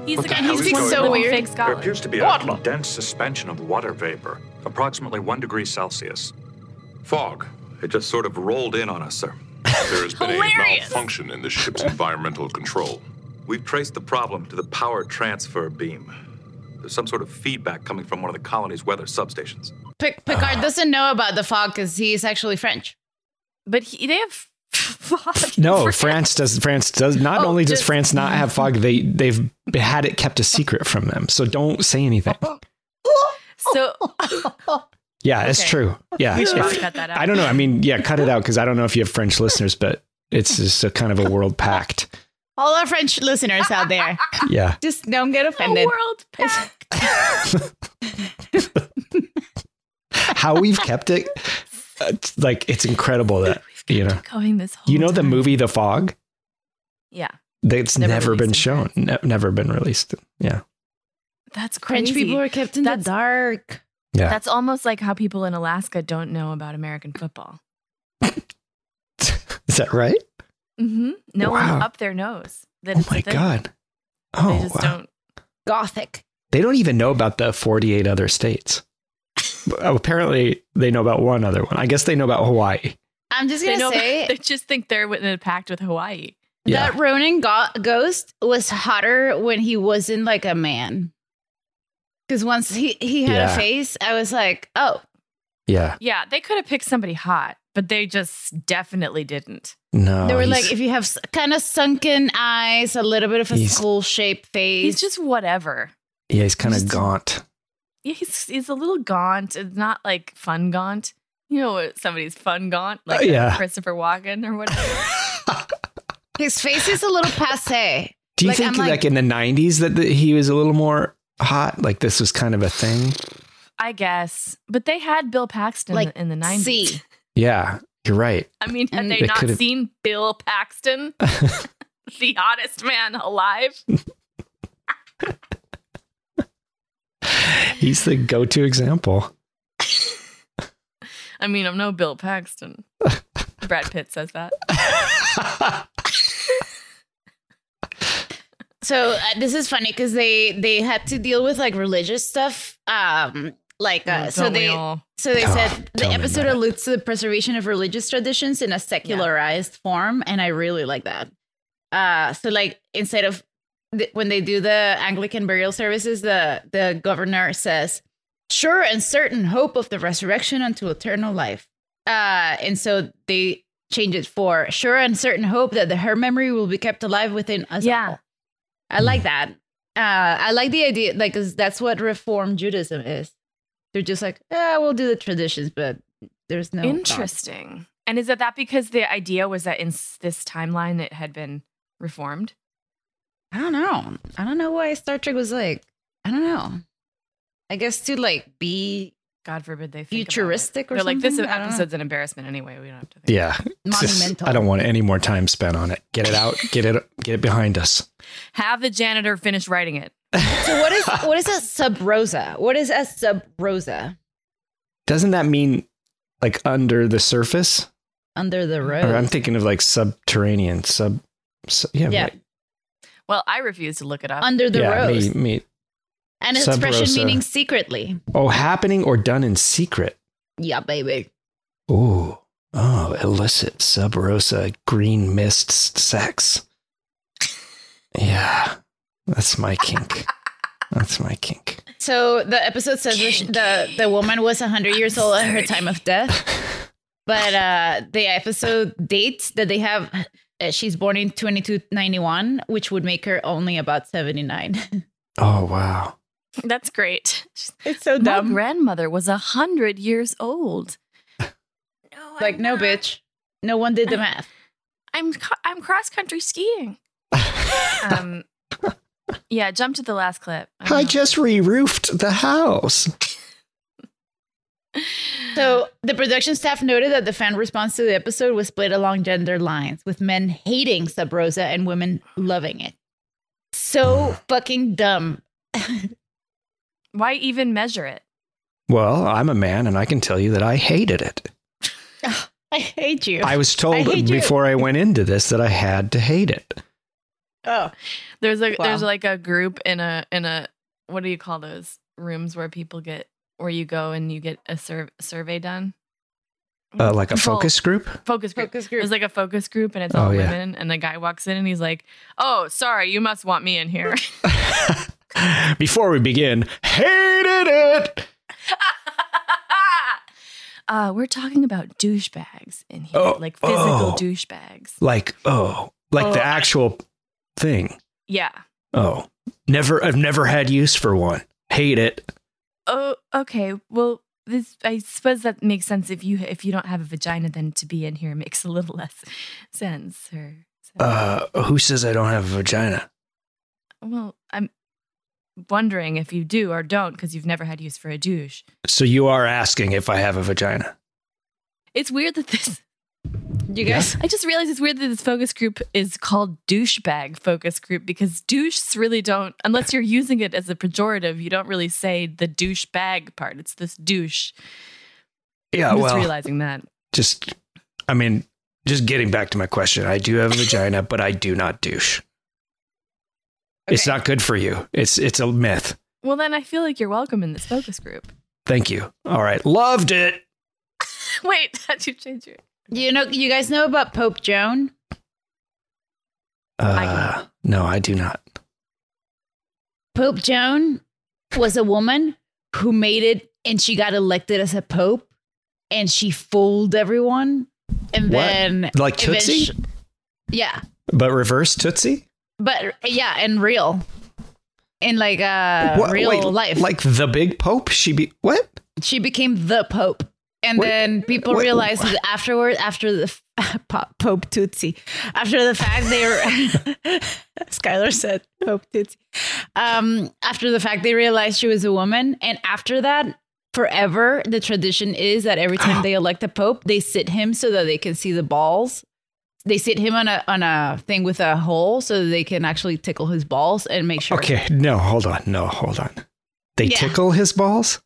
Speaker 1: He's
Speaker 8: What
Speaker 1: the guy
Speaker 8: the hell
Speaker 1: who
Speaker 8: is
Speaker 1: lives
Speaker 8: going
Speaker 1: in
Speaker 8: on?
Speaker 1: Fake
Speaker 5: There
Speaker 1: Scotland.
Speaker 5: appears to be a dense suspension of water vapor, approximately one degree Celsius.
Speaker 8: Fog. It just sort of rolled in on us, sir.
Speaker 9: There has been a
Speaker 1: Hilarious.
Speaker 9: malfunction in the ship's environmental control.
Speaker 8: We've traced the problem to the power transfer beam. There's some sort of feedback coming from one of the colony's weather substations.
Speaker 3: Pic- Picard doesn't know about the fog because he's actually French.
Speaker 1: But he, they have fog. in
Speaker 2: No, France does. France does not
Speaker 1: Oh,
Speaker 2: only does
Speaker 1: just-
Speaker 2: France not have fog. They they've had it kept a secret from them. So don't say anything.
Speaker 1: So
Speaker 2: Yeah, it's
Speaker 1: Okay.
Speaker 2: true. Yeah,
Speaker 1: we should
Speaker 2: If-
Speaker 1: probably cut that out.
Speaker 2: I don't know. I mean, yeah, cut it out because I don't know if you have French listeners, but it's just a kind of a world pact.
Speaker 7: All our French listeners out there,
Speaker 2: Yeah.
Speaker 7: just don't get
Speaker 1: A
Speaker 7: offended.
Speaker 1: world pact.
Speaker 2: How we've kept it, uh, it's like, it's incredible that, you know,
Speaker 1: going this whole
Speaker 2: you know, the
Speaker 1: time.
Speaker 2: movie The Fog?
Speaker 1: Yeah.
Speaker 2: That's never, been shown, ne- never been released. Yeah.
Speaker 1: That's
Speaker 3: French
Speaker 1: crazy.
Speaker 3: people are kept in
Speaker 1: That's-
Speaker 3: the dark.
Speaker 2: Yeah.
Speaker 1: That's almost like how people in Alaska don't know about American football.
Speaker 2: Is that right?
Speaker 1: Mm-hmm. No
Speaker 2: Wow.
Speaker 1: one up their nose. That
Speaker 2: Oh
Speaker 1: it's a
Speaker 2: my
Speaker 1: thing.
Speaker 2: God. Oh,
Speaker 1: they just
Speaker 2: wow.
Speaker 1: don't.
Speaker 3: Gothic.
Speaker 2: They don't even know about the 48 other states. But Apparently, they know about one other one. I guess they know about Hawaii.
Speaker 3: I'm just
Speaker 1: They
Speaker 3: gonna
Speaker 1: know-
Speaker 3: say
Speaker 1: they just think they're in a pact with Hawaii.
Speaker 2: Yeah.
Speaker 3: that Ronin go- Ghost was hotter when he wasn't like a man. Because once he he had
Speaker 2: Yeah.
Speaker 3: a face, I was like, oh,
Speaker 2: Yeah.
Speaker 1: Yeah, they could have picked somebody hot, but they just definitely didn't.
Speaker 2: No.
Speaker 3: they were
Speaker 2: Oh, he's-
Speaker 3: like, if you have kind of sunken eyes, a little bit of a
Speaker 2: He's-
Speaker 3: skull shaped face,
Speaker 1: He's just whatever.
Speaker 2: yeah, he's kind of
Speaker 3: just-
Speaker 2: gaunt.
Speaker 1: Yeah, he's he's a little gaunt. It's not like fun gaunt. You know what somebody's fun gaunt, like
Speaker 2: Oh, yeah.
Speaker 1: Christopher Walken or whatever.
Speaker 3: his face is a little passe.
Speaker 2: Do you
Speaker 3: Like,
Speaker 2: think,
Speaker 3: I'm
Speaker 2: like,
Speaker 3: like-
Speaker 2: in the 90s, that the, he was a little more hot? Like, this was kind of a thing?
Speaker 1: I guess. But they had Bill Paxton
Speaker 3: Like,
Speaker 1: in the nineties.
Speaker 3: See,
Speaker 2: Yeah, you're right.
Speaker 1: I mean, had
Speaker 3: Mm.
Speaker 1: they,
Speaker 2: They
Speaker 1: not
Speaker 2: could've-
Speaker 1: seen Bill Paxton, the hottest man alive?
Speaker 2: He's the go to example.
Speaker 1: I mean, I'm no Bill Paxton. Brad Pitt says that.
Speaker 3: So uh, this is funny because they they had to deal with like religious stuff. Um, like uh,
Speaker 1: Oh,
Speaker 3: so
Speaker 1: don't we
Speaker 3: they
Speaker 1: all?
Speaker 3: so they
Speaker 2: Oh,
Speaker 3: said the
Speaker 2: tell me
Speaker 3: episode
Speaker 2: about it.
Speaker 3: alludes to the preservation of religious traditions in a secularized form, and I really like that. Uh, so like instead of th- when they do the Anglican burial services, the the governor says, "Sure and certain hope of the resurrection unto eternal life." Uh, and so they change it for "Sure and certain hope that the, her memory will be kept alive within us."
Speaker 1: Yeah.
Speaker 3: all." I
Speaker 2: Mm.
Speaker 3: like that. Uh, I like the idea, like, 'cause that's what Reform Judaism is. They're just like, yeah, we'll do the traditions, but there's no God."
Speaker 1: Interesting. And is it that because the idea was that in s- this timeline it had been reformed?
Speaker 3: I don't know. I don't know why Star Trek was like, I don't know. I guess to like be
Speaker 1: God forbid they think about it.
Speaker 3: Futuristic or
Speaker 1: They're like this
Speaker 3: something? I don't know.
Speaker 1: episode's an embarrassment anyway. We don't have to. Think.
Speaker 2: yeah. Just-
Speaker 3: monumental.
Speaker 2: I don't want any more time spent on it. Get it out. Get it. Get it behind us.
Speaker 1: Have the janitor finish writing it.
Speaker 3: So what is what is a sub rosa? What is a sub rosa
Speaker 2: Doesn't that mean like under the surface?
Speaker 3: under the
Speaker 2: Or I'm
Speaker 3: road?
Speaker 2: thinking of like subterranean. Sub. su- yeah.
Speaker 3: Yeah,
Speaker 2: like-
Speaker 1: Well, I refuse to look it up.
Speaker 3: under the
Speaker 2: yeah.
Speaker 3: rose,
Speaker 2: Me, me.
Speaker 3: an
Speaker 2: sub
Speaker 3: expression
Speaker 2: rosa.
Speaker 3: meaning secretly.
Speaker 2: Oh, happening or done in secret.
Speaker 3: Yeah, baby.
Speaker 2: Ooh. Oh, illicit sub rosa green mist s- sex. Yeah. That's my kink. That's my kink.
Speaker 3: So the episode says the, sh- the the woman was 100 years old at her time of death. But uh the episode dates that they have uh, she's born in 2291, which would make her only about 79.
Speaker 2: Oh, wow.
Speaker 1: That's great.
Speaker 3: It's so
Speaker 1: My grandmother was a hundred years old. No,
Speaker 3: Like no bitch. No one did the math.
Speaker 1: I'm co- I'm cross country skiing. um, yeah, jump to the last clip. I don't
Speaker 2: I
Speaker 1: know.
Speaker 2: just re roofed the house.
Speaker 3: So the production staff noted that the fan response to the episode was split along gender lines, with men hating Sub Rosa and women loving it. So fucking dumb.
Speaker 1: why even measure it?
Speaker 2: Well, I'm a man and I can tell you that I hated it.
Speaker 3: I hate you.
Speaker 2: I was
Speaker 3: I
Speaker 2: told
Speaker 3: hate you.
Speaker 2: before I went into this that I had to hate it. Uh,
Speaker 3: oh.
Speaker 1: There's a
Speaker 3: Wow.
Speaker 1: there's like a group in a in a what do you call those rooms where people get where you go and you get a sur- survey done?
Speaker 2: Uh, like a
Speaker 1: Control.
Speaker 2: focus group?
Speaker 1: focus group.
Speaker 3: Focus
Speaker 1: There's
Speaker 3: group.
Speaker 1: like a focus group and it's
Speaker 2: Oh,
Speaker 1: all
Speaker 2: yeah.
Speaker 1: women and a guy walks in and he's like, "Oh, sorry, you must want me in here."
Speaker 2: Before we begin, hated it.
Speaker 1: uh, we're talking about douchebags in here,
Speaker 2: Oh,
Speaker 1: like physical
Speaker 2: oh.
Speaker 1: douchebags.
Speaker 2: Like, oh, like
Speaker 1: Oh.
Speaker 2: the actual thing.
Speaker 1: Yeah.
Speaker 2: Oh, never, I've never had use for one. Hate it.
Speaker 1: Oh, okay. Well, this I suppose that makes sense if you if you don't have a vagina, then to be in here makes a little less sense. Or
Speaker 2: Uh, who says I don't have a vagina?
Speaker 1: well, I'm wondering if you do or don't because you've never had use for a douche.
Speaker 2: So you are asking if I have a vagina.
Speaker 1: It's weird that this
Speaker 3: You guys?
Speaker 1: I just realized it's weird that this focus group is called douchebag focus group because douches really don't, unless you're using it as a pejorative, you don't really say the douchebag part. It's this douche.
Speaker 2: Yeah,
Speaker 1: I'm just
Speaker 2: Oh, well,
Speaker 1: realizing that.
Speaker 2: just, I mean, just getting back to my question. I do have a vagina, but I do not douche. It's not good for you. It's it's a myth.
Speaker 1: Well, then I feel like you're welcome in this focus group.
Speaker 2: Thank you. All right, loved it.
Speaker 1: Wait, how'd you change your?
Speaker 3: You know, you guys know about Pope Joan?
Speaker 2: Uh, no, I do not.
Speaker 3: Pope Joan was a woman who made it and she got elected as a pope and she fooled everyone. And
Speaker 2: What?
Speaker 3: then
Speaker 2: Like Tootsie?
Speaker 3: eventu- yeah.
Speaker 2: But reverse Tootsie?
Speaker 3: But yeah, and real. In like uh
Speaker 2: What-
Speaker 3: real
Speaker 2: wait,
Speaker 3: life.
Speaker 2: Like the big pope? She be what?
Speaker 3: she became the pope. And
Speaker 2: Wait,
Speaker 3: then people
Speaker 2: wait,
Speaker 3: realized that afterward, after the f- Pop- Pope Tootsie, after the fact they were, Skylar said Pope Tootsie. Um, after the fact, they realized she was a woman, and after that, forever the tradition is that every time they elect a pope, they sit him so that they can see the balls. They sit him on a on a thing with a hole so that they can actually tickle his balls and make sure.
Speaker 2: Okay, no, hold on, no, hold on. They
Speaker 3: Yeah.
Speaker 2: tickle his balls.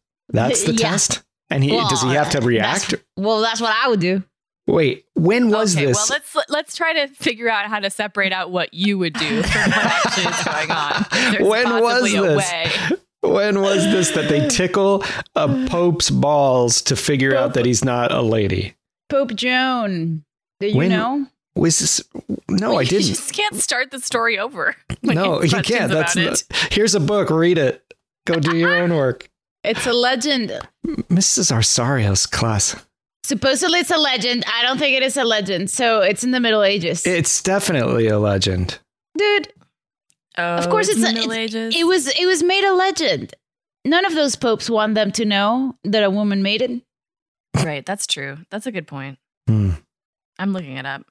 Speaker 2: That's the
Speaker 3: Yeah.
Speaker 2: test. And he does he
Speaker 3: Well,
Speaker 2: have to react?
Speaker 3: Well, that's what I would do.
Speaker 2: Wait, when was
Speaker 1: Okay, well
Speaker 2: this?
Speaker 1: let's let's try to figure out how to separate out what you would do from what actually is going on. There's
Speaker 2: when was
Speaker 1: possibly a
Speaker 2: this?
Speaker 1: way.
Speaker 2: When was this that they tickle a pope's balls to figure out that he's not a lady?
Speaker 3: Pope Joan. Do you
Speaker 2: When-
Speaker 3: know?
Speaker 2: Was this? No, I
Speaker 1: You
Speaker 2: didn't.
Speaker 1: just can't start the story over. when
Speaker 2: No,
Speaker 1: have
Speaker 2: you can't.
Speaker 1: questions
Speaker 2: That's
Speaker 1: about
Speaker 2: not, here's a book. Read it. Go do your own work.
Speaker 3: It's a legend.
Speaker 2: Mrs. Arsario's class.
Speaker 3: Supposedly it's a legend. I don't think it is a legend. So it's in the Middle Ages.
Speaker 2: It's definitely a legend.
Speaker 3: Dude, of course it's, a-
Speaker 1: Oh, Middle
Speaker 3: it's-
Speaker 1: Ages.
Speaker 3: It was it was made a legend. None of those popes want them to know that a woman made it.
Speaker 1: right. That's true. That's a good point.
Speaker 2: Hmm.
Speaker 1: I'm looking it up.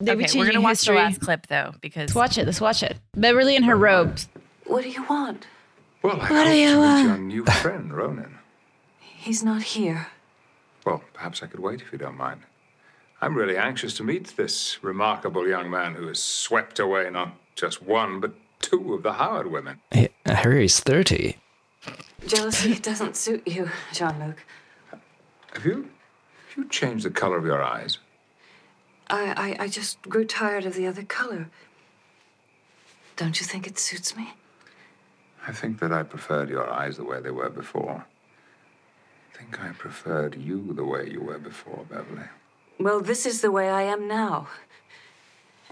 Speaker 3: They were
Speaker 1: okay, we're gonna
Speaker 3: changing
Speaker 1: watch
Speaker 3: history.
Speaker 1: the last clip though because
Speaker 3: Let's watch it. Let's watch it. Beverly in her robes.
Speaker 6: What do you want?
Speaker 8: Well, I
Speaker 6: What
Speaker 8: hope
Speaker 6: do
Speaker 8: to meet
Speaker 6: you uh, want?
Speaker 8: your new friend, Ronan.
Speaker 6: He's not here.
Speaker 8: Well, perhaps I could wait if you don't mind. I'm really anxious to meet this remarkable young man who has swept away not just one, but two of the Howard women.
Speaker 2: I hear he's 30.
Speaker 6: Jealousy doesn't suit you, Jean Luc.
Speaker 8: Have you, have you changed the color of your eyes?
Speaker 6: I, I, I just grew tired of the other color. Don't you think it suits me?
Speaker 8: I think that I preferred your eyes the way they were before. I think I preferred you the way you were before, Beverly.
Speaker 6: Well, this is the way I am now.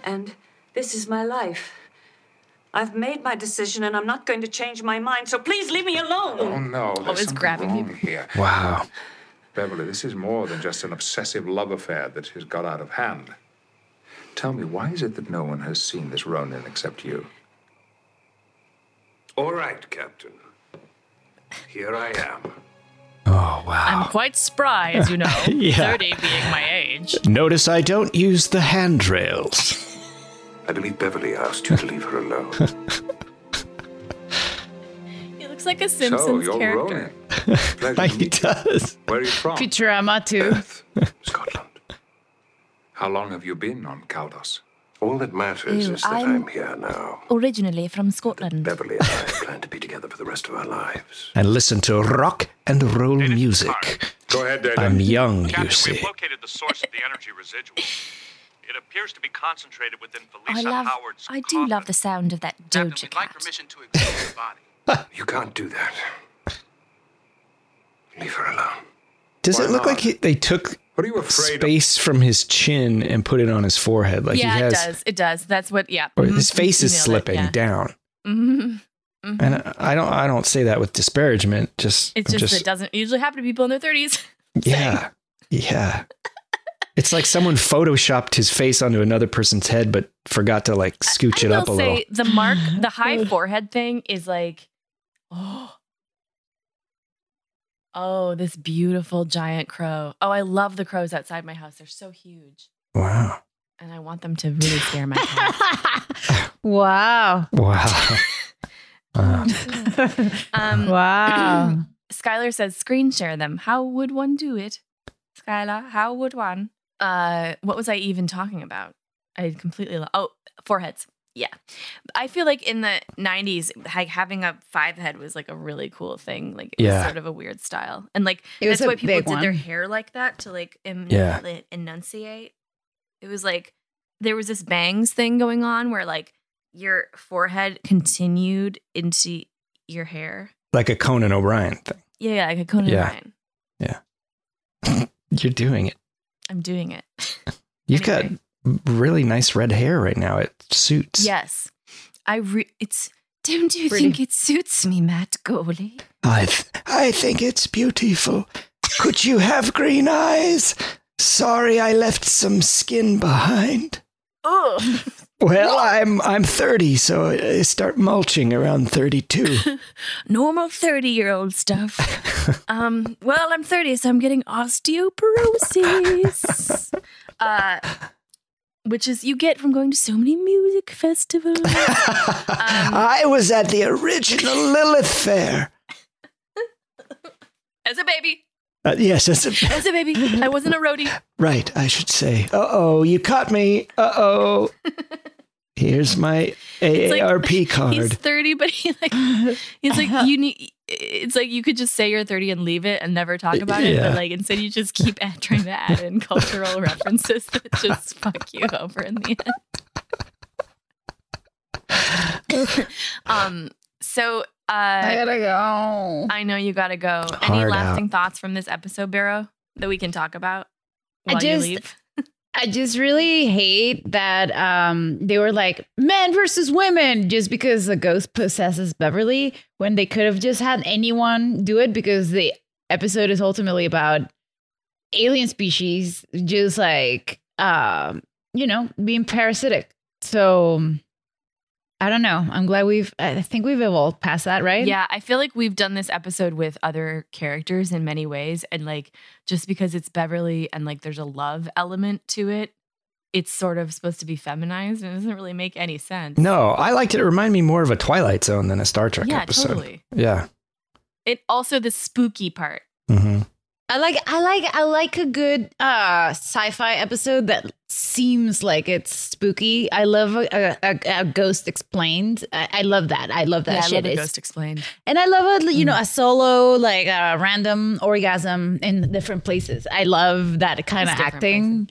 Speaker 6: And this is my life. I've made my decision and I'm not going to change my mind, so please leave me alone.
Speaker 8: Oh no, there's
Speaker 6: Always
Speaker 8: something
Speaker 6: grabbing
Speaker 8: wrong here.
Speaker 2: Wow.
Speaker 8: Beverly, this is more than just an obsessive love affair that has got out of hand. Tell me, why is it that no one has seen this Ronin except you?
Speaker 5: All right, Captain. Here I am.
Speaker 2: Oh,
Speaker 1: I'm quite spry, as you know.
Speaker 2: Yeah.
Speaker 1: Thirty being my age.
Speaker 2: Notice I don't use the handrails.
Speaker 5: I believe Beverly asked you to leave her alone.
Speaker 1: He looks like a Simpsons
Speaker 8: so, you're
Speaker 1: character.
Speaker 8: Ronin. Pleasure to
Speaker 2: he
Speaker 8: meet you.
Speaker 2: does.
Speaker 8: Where are you from?
Speaker 3: Futurama too.
Speaker 8: Scotland. How long have you been on Caldos?
Speaker 5: All that matters
Speaker 1: Ew,
Speaker 5: is that I'm...
Speaker 1: I'm-
Speaker 5: here now.
Speaker 1: Originally from Scotland.
Speaker 5: Beverly and I plan to be together for the rest of our lives.
Speaker 2: And listen to rock and roll music.
Speaker 8: Go ahead, Dana.
Speaker 2: I'm young, you
Speaker 10: Captain,
Speaker 2: see.
Speaker 10: we've located the source of the energy residual. It appears to be concentrated within
Speaker 1: I
Speaker 10: Felisa
Speaker 1: love.
Speaker 10: Howard's.
Speaker 1: I do love the sound of that doja
Speaker 10: Like
Speaker 1: cat.
Speaker 10: permission to examine the body.
Speaker 5: You can't do that. Leave her alone.
Speaker 2: Does
Speaker 8: Why
Speaker 2: it look
Speaker 8: not?
Speaker 2: like he, they took
Speaker 8: What are you afraid of?
Speaker 2: space from his chin and put it on his forehead? Like
Speaker 1: yeah,
Speaker 2: he has,
Speaker 1: it does. It does. That's what. Yeah.
Speaker 2: or
Speaker 1: mhm,
Speaker 2: Oh, his face
Speaker 1: you
Speaker 2: is
Speaker 1: nailed it,
Speaker 2: slipping
Speaker 1: yeah.
Speaker 2: down.
Speaker 1: Mhm, mhm.
Speaker 2: And I, I don't, I don't say that with disparagement. Just,
Speaker 1: It's
Speaker 2: I'm
Speaker 1: just, it doesn't usually happen to people in their thirties.
Speaker 2: yeah, yeah. It's like someone photoshopped his face onto another person's head, but forgot to like scooch it
Speaker 1: I
Speaker 2: up a
Speaker 1: will
Speaker 2: little.
Speaker 1: say the mark, the high forehead thing is like, oh, oh, this beautiful giant crow. Oh, I love the crows outside my house. They're so huge,
Speaker 2: Wow,
Speaker 1: and I want them to really scare my cat.
Speaker 3: wow.
Speaker 2: wow. Uh, Wow.
Speaker 1: Um,
Speaker 3: wow.
Speaker 1: Skylar says, "Screen share them. How would one do it?" Skylar, how would one? uh what was i even talking about i completely lo- oh foreheads yeah i feel like in the 90s like having a five head was like a really cool thing like it
Speaker 2: Yeah.
Speaker 1: was sort of a weird style and like
Speaker 3: It was
Speaker 1: that's
Speaker 3: a
Speaker 1: why people
Speaker 3: big
Speaker 1: did their
Speaker 3: one.
Speaker 1: hair like that to like em-
Speaker 2: Yeah.
Speaker 1: en- enunciate it was like there was this bangs thing going on where like your forehead continued into your hair
Speaker 2: like a Conan O'Brien thing.
Speaker 1: yeah, yeah like a conan
Speaker 2: Yeah.
Speaker 1: O'Brien.
Speaker 2: Yeah. You're doing it.
Speaker 1: i'm doing it
Speaker 2: You've got really nice red hair right now. It suits.
Speaker 1: Yes. I re- it's don't you
Speaker 2: Pretty.
Speaker 1: think it suits me, Matt Goley?
Speaker 2: I th- I think it's beautiful. Could you have green eyes? Sorry, I left some skin behind.
Speaker 1: Oh.
Speaker 2: Well, I'm I'm 30, so I start mulching around 32.
Speaker 1: Normal 30-year-old stuff. um, well, I'm 30, so I'm getting osteoporosis. uh which is you get from going to so many music festivals.
Speaker 2: I was at the original Lilith Fair.
Speaker 1: As a baby.
Speaker 2: Uh, yes, that's a,
Speaker 1: As a baby. I wasn't a roadie.
Speaker 2: right. I should say. Uh oh, you caught me. Uh oh. Here's my
Speaker 1: It's like-
Speaker 2: AARP
Speaker 1: He's
Speaker 2: card.
Speaker 1: 30, but he like he's like you need it's like you could just say you're 30 and leave it and never talk about it,
Speaker 2: Yeah.
Speaker 1: but like instead you just keep add, trying to add in cultural references that just fuck you over in the end. um so uh I
Speaker 3: gotta go.
Speaker 1: I know you gotta go. Any
Speaker 3: Hard
Speaker 1: lasting
Speaker 3: out.
Speaker 1: thoughts from this episode, Barrow, that we can talk about
Speaker 3: I
Speaker 1: while
Speaker 3: just-
Speaker 1: you leave?
Speaker 3: I just really hate that um, they were like men versus women just because the ghost possesses Beverly when they could have just had anyone do it because the episode is ultimately about alien species just like um, you know being parasitic. So I don't know. I'm glad we've. I think we've evolved past that, right?
Speaker 1: Yeah, I feel like we've done this episode with other characters in many ways. And like, just because it's Beverly and like there's a love element to it, it's sort of supposed to be feminized and it doesn't really make any sense.
Speaker 2: No, I liked it. It reminded me more of a Twilight Zone than a Star Trek
Speaker 1: Yeah,
Speaker 2: episode.
Speaker 1: totally.
Speaker 2: Yeah.
Speaker 1: It also the spooky part.
Speaker 2: hmm
Speaker 3: I like I like I like a good uh sci-fi episode that seems like it's spooky. I love a, a, a ghost explained. I, I love that. I love that
Speaker 1: yeah,
Speaker 3: shit.
Speaker 1: I love the
Speaker 3: It's-
Speaker 1: ghost Mm. explained.
Speaker 3: and I love a you know a solo like a random orgasm in different places. I love that kind of
Speaker 1: It's different
Speaker 3: acting.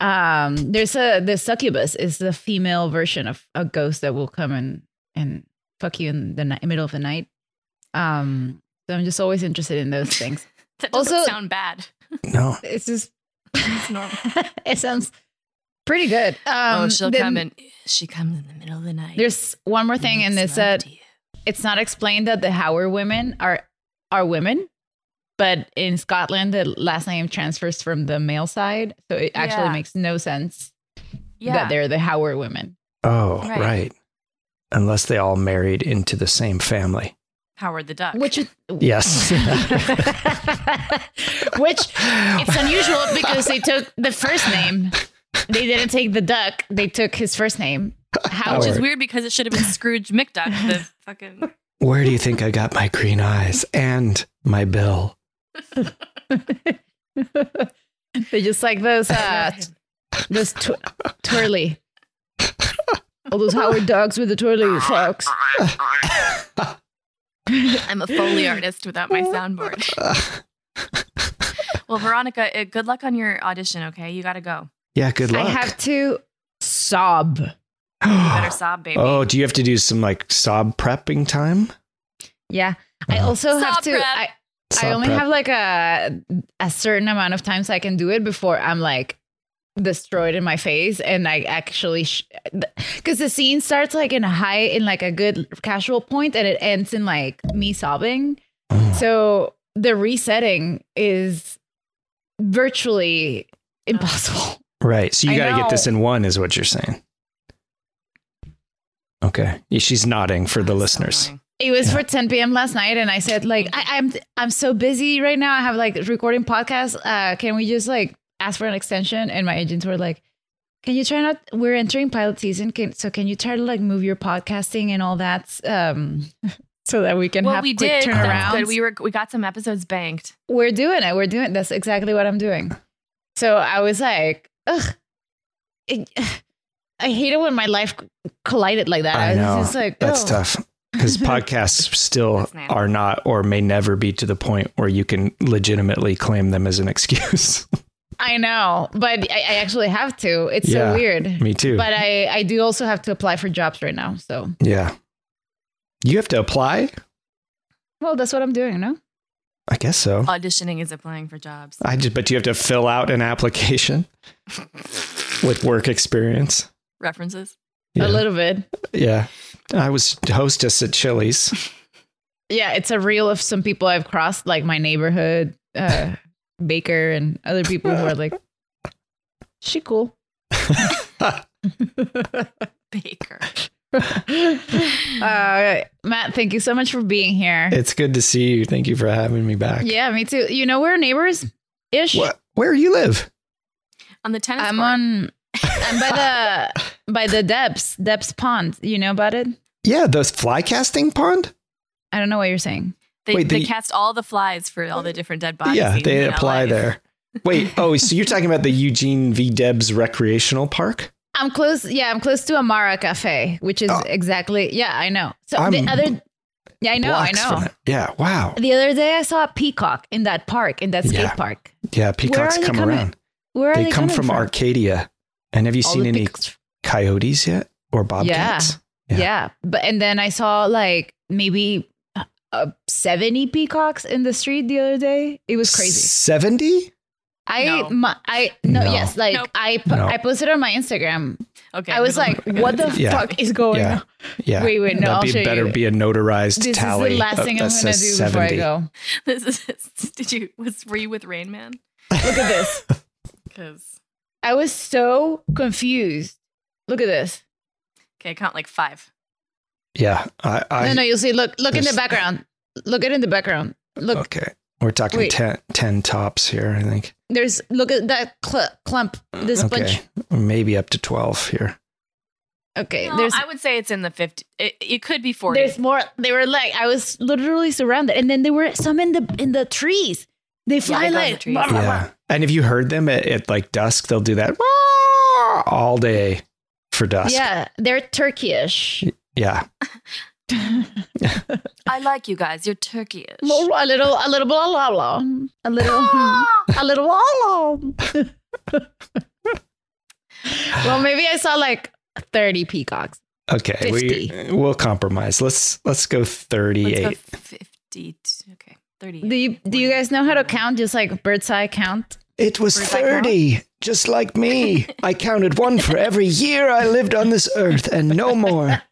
Speaker 3: Um, there's a the succubus is the female version of a ghost that will come and and fuck you in the night, middle of the night. Um, so I'm just always interested in those things.
Speaker 1: That doesn't
Speaker 3: Also-
Speaker 1: sound bad.
Speaker 2: No.
Speaker 3: It's just
Speaker 1: It's normal.
Speaker 3: it sounds pretty good. Um,
Speaker 1: oh, she'll
Speaker 3: then
Speaker 1: come and she comes in the middle of the night.
Speaker 3: There's one more thing, uh, and it's that it's not explained that the Howard women are are women, but in Scotland the last name transfers from the male side, so it actually
Speaker 1: Yeah.
Speaker 3: makes no sense
Speaker 1: Yeah.
Speaker 3: that they're the Howard women.
Speaker 2: Oh,
Speaker 1: Right.
Speaker 2: right. Unless they all married into the same family.
Speaker 1: Howard the Duck.
Speaker 3: Which is
Speaker 2: Yes.
Speaker 3: which it's unusual because they took the first name. They didn't take the duck. They took his first name. Howard.
Speaker 1: Which is weird because it should have been Scrooge McDuck, the fucking
Speaker 2: Where do you think I got my green eyes and my bill?
Speaker 3: They're just like those uh t- those tw- twirly. All those Howard dogs with the twirly fox.
Speaker 1: I'm a Foley artist without my soundboard. well, Veronica, uh, good luck on your audition, okay? You got to go.
Speaker 2: Yeah, good
Speaker 3: I
Speaker 2: luck.
Speaker 3: have to sob.
Speaker 1: You better sob, baby.
Speaker 2: oh, do you have to do some like sob prepping time?
Speaker 3: Yeah. I also have
Speaker 1: Sob
Speaker 3: to
Speaker 1: prep.
Speaker 3: I, I
Speaker 2: Sob
Speaker 3: only
Speaker 2: prep.
Speaker 3: have like a a certain amount of times I can do it before I'm like destroyed in my face and I actually because the scene starts like in a high in like a good casual point and it ends in like me sobbing.
Speaker 2: Mm.
Speaker 3: So the resetting is virtually impossible.
Speaker 2: Right. So you
Speaker 3: I
Speaker 2: got to get this
Speaker 3: know.
Speaker 2: in one, is what you're saying. Okay. Yeah, She's nodding for the listeners.
Speaker 3: It was for 10 p.m. last night, and I said like I, I'm I'm so busy right now. I have like recording podcasts. Uh, can we just like ask for an extension? And my agents were like, "Can you try not? We're entering pilot season, can, so can you try to like move your podcasting and all that, um, so that we can
Speaker 1: Well,
Speaker 3: have
Speaker 1: we
Speaker 3: quick
Speaker 1: did. That's
Speaker 3: turnaround?
Speaker 1: good. We were we got some episodes banked.
Speaker 3: We're doing it. We're doing. That's exactly what I'm doing. So I was like, ugh. It- I hate it when my life collided like that.
Speaker 2: I know
Speaker 3: was just like,
Speaker 2: that's
Speaker 3: oh.
Speaker 2: tough because podcasts still are not or may never be to the point where you can legitimately claim them as an excuse.
Speaker 3: I know, but I, I actually have to. It's
Speaker 2: Yeah,
Speaker 3: so weird.
Speaker 2: me too.
Speaker 3: But I, I do also have to apply for jobs right now. So,
Speaker 2: yeah, you have to apply.
Speaker 3: well, that's what I'm doing, no?
Speaker 2: I guess so.
Speaker 1: Auditioning is applying for jobs.
Speaker 2: I just but you have to fill out an application with work experience.
Speaker 1: References.
Speaker 2: Yeah.
Speaker 3: A little bit.
Speaker 2: Yeah, I was hostess at Chili's.
Speaker 3: Yeah, it's a reel of some people I've crossed, like my neighborhood uh, baker and other people who are like, she cool.
Speaker 1: Baker.
Speaker 3: Uh, Matt, thank you so much for being here.
Speaker 2: It's good to see you. Thank you for having me back.
Speaker 3: Yeah, me too. You know, we're neighbors ish.
Speaker 2: What? Where you live?
Speaker 1: On the tennis
Speaker 3: I'm on I'm by the by the depths, depths pond. You know about it?
Speaker 2: Yeah, the fly casting pond.
Speaker 3: I don't know what you're saying.
Speaker 1: They,
Speaker 2: Wait,
Speaker 1: they,
Speaker 2: they-
Speaker 1: cast all the flies for all the different dead bodies.
Speaker 2: yeah,
Speaker 1: seen
Speaker 2: they
Speaker 1: in
Speaker 2: apply
Speaker 1: LA.
Speaker 2: there. Wait, oh, so you're talking about the Eugene V. Debs Recreational Park?
Speaker 3: I'm close. Yeah, I'm close to Amara Cafe, which is exactly. Yeah, I know. So the
Speaker 2: Oh. I'm
Speaker 3: other. Yeah, I know. I
Speaker 2: Blocks from
Speaker 3: know.
Speaker 2: it. Yeah, wow.
Speaker 3: The other day, I saw a peacock in that park, in that skate
Speaker 2: Yeah.
Speaker 3: park.
Speaker 2: Yeah,
Speaker 3: Where
Speaker 2: peacocks
Speaker 3: are they
Speaker 2: come
Speaker 3: coming-
Speaker 2: around.
Speaker 3: Where are
Speaker 2: they,
Speaker 3: they,
Speaker 2: come
Speaker 3: coming
Speaker 2: from, Arcadia. And have you
Speaker 3: All
Speaker 2: seen
Speaker 3: the
Speaker 2: any coyotes yet or
Speaker 3: Yeah.
Speaker 2: bobcats?
Speaker 3: yeah. But and then I saw like maybe uh, seventy peacocks in the street the other day. It was crazy.
Speaker 2: 70?
Speaker 3: I
Speaker 1: No.
Speaker 3: my, I no,
Speaker 2: No.
Speaker 3: yes like I po-
Speaker 2: No.
Speaker 3: I posted on my Instagram.
Speaker 1: Okay,
Speaker 3: I was like, what the
Speaker 2: Yeah.
Speaker 3: fuck is going
Speaker 2: yeah.
Speaker 3: on?
Speaker 2: Yeah.
Speaker 3: Wait, wait, no,
Speaker 2: That'd
Speaker 3: I'll
Speaker 2: be
Speaker 3: show
Speaker 2: better
Speaker 3: you.
Speaker 2: be a notarized
Speaker 3: This
Speaker 2: tally.
Speaker 3: is the last
Speaker 2: of-
Speaker 3: thing
Speaker 2: that
Speaker 3: I'm gonna do
Speaker 2: says
Speaker 3: before I
Speaker 2: 70.
Speaker 3: go.
Speaker 1: This is. Did you was were you with Rain Man?
Speaker 3: Look at this.
Speaker 1: Because
Speaker 3: I was so confused. Look at this.
Speaker 1: okay, count like five.
Speaker 2: Yeah. I, I,
Speaker 3: no, no, you'll see. Look, look in the
Speaker 2: there's-
Speaker 3: background. Look at in the background. Look,
Speaker 2: Okay. We're talking
Speaker 3: Wait.
Speaker 2: 10, 10 tops here, I think.
Speaker 3: there's look at that cl- clump. This
Speaker 2: okay.
Speaker 3: bunch.
Speaker 2: Maybe up to 12 here.
Speaker 3: Okay,
Speaker 1: No,
Speaker 3: Eh, there's
Speaker 1: I would say it's in the fifty. It, it could be forty.
Speaker 3: there's more. They were like I was literally surrounded, and then there were some in the in the trees. They
Speaker 1: they go
Speaker 3: fly
Speaker 1: in the
Speaker 3: like
Speaker 1: trees.
Speaker 3: blah, blah, blah.
Speaker 2: Yeah. And if you heard them at, at like dusk, they'll do that "Wah!" all day for dusk.
Speaker 3: yeah, they're Turkish.
Speaker 2: Yeah.
Speaker 1: I like you guys. You're Turkish.
Speaker 3: Well, a little, a little, blah, blah, blah. Mm-hmm. Ah! A little, hmm. a little, blah, blah. well, maybe I saw like 30 peacocks.
Speaker 2: Okay, we we'll compromise. Let's let's go
Speaker 1: Let's go
Speaker 2: thirty-eight.
Speaker 1: fifty. Okay,
Speaker 3: Do
Speaker 1: thirty.
Speaker 3: you, do you guys know how to count? Just like bird's eye count?
Speaker 2: It was
Speaker 3: Where's that count?
Speaker 2: thirty, just like me. I counted one for every year I lived on this earth, and no more.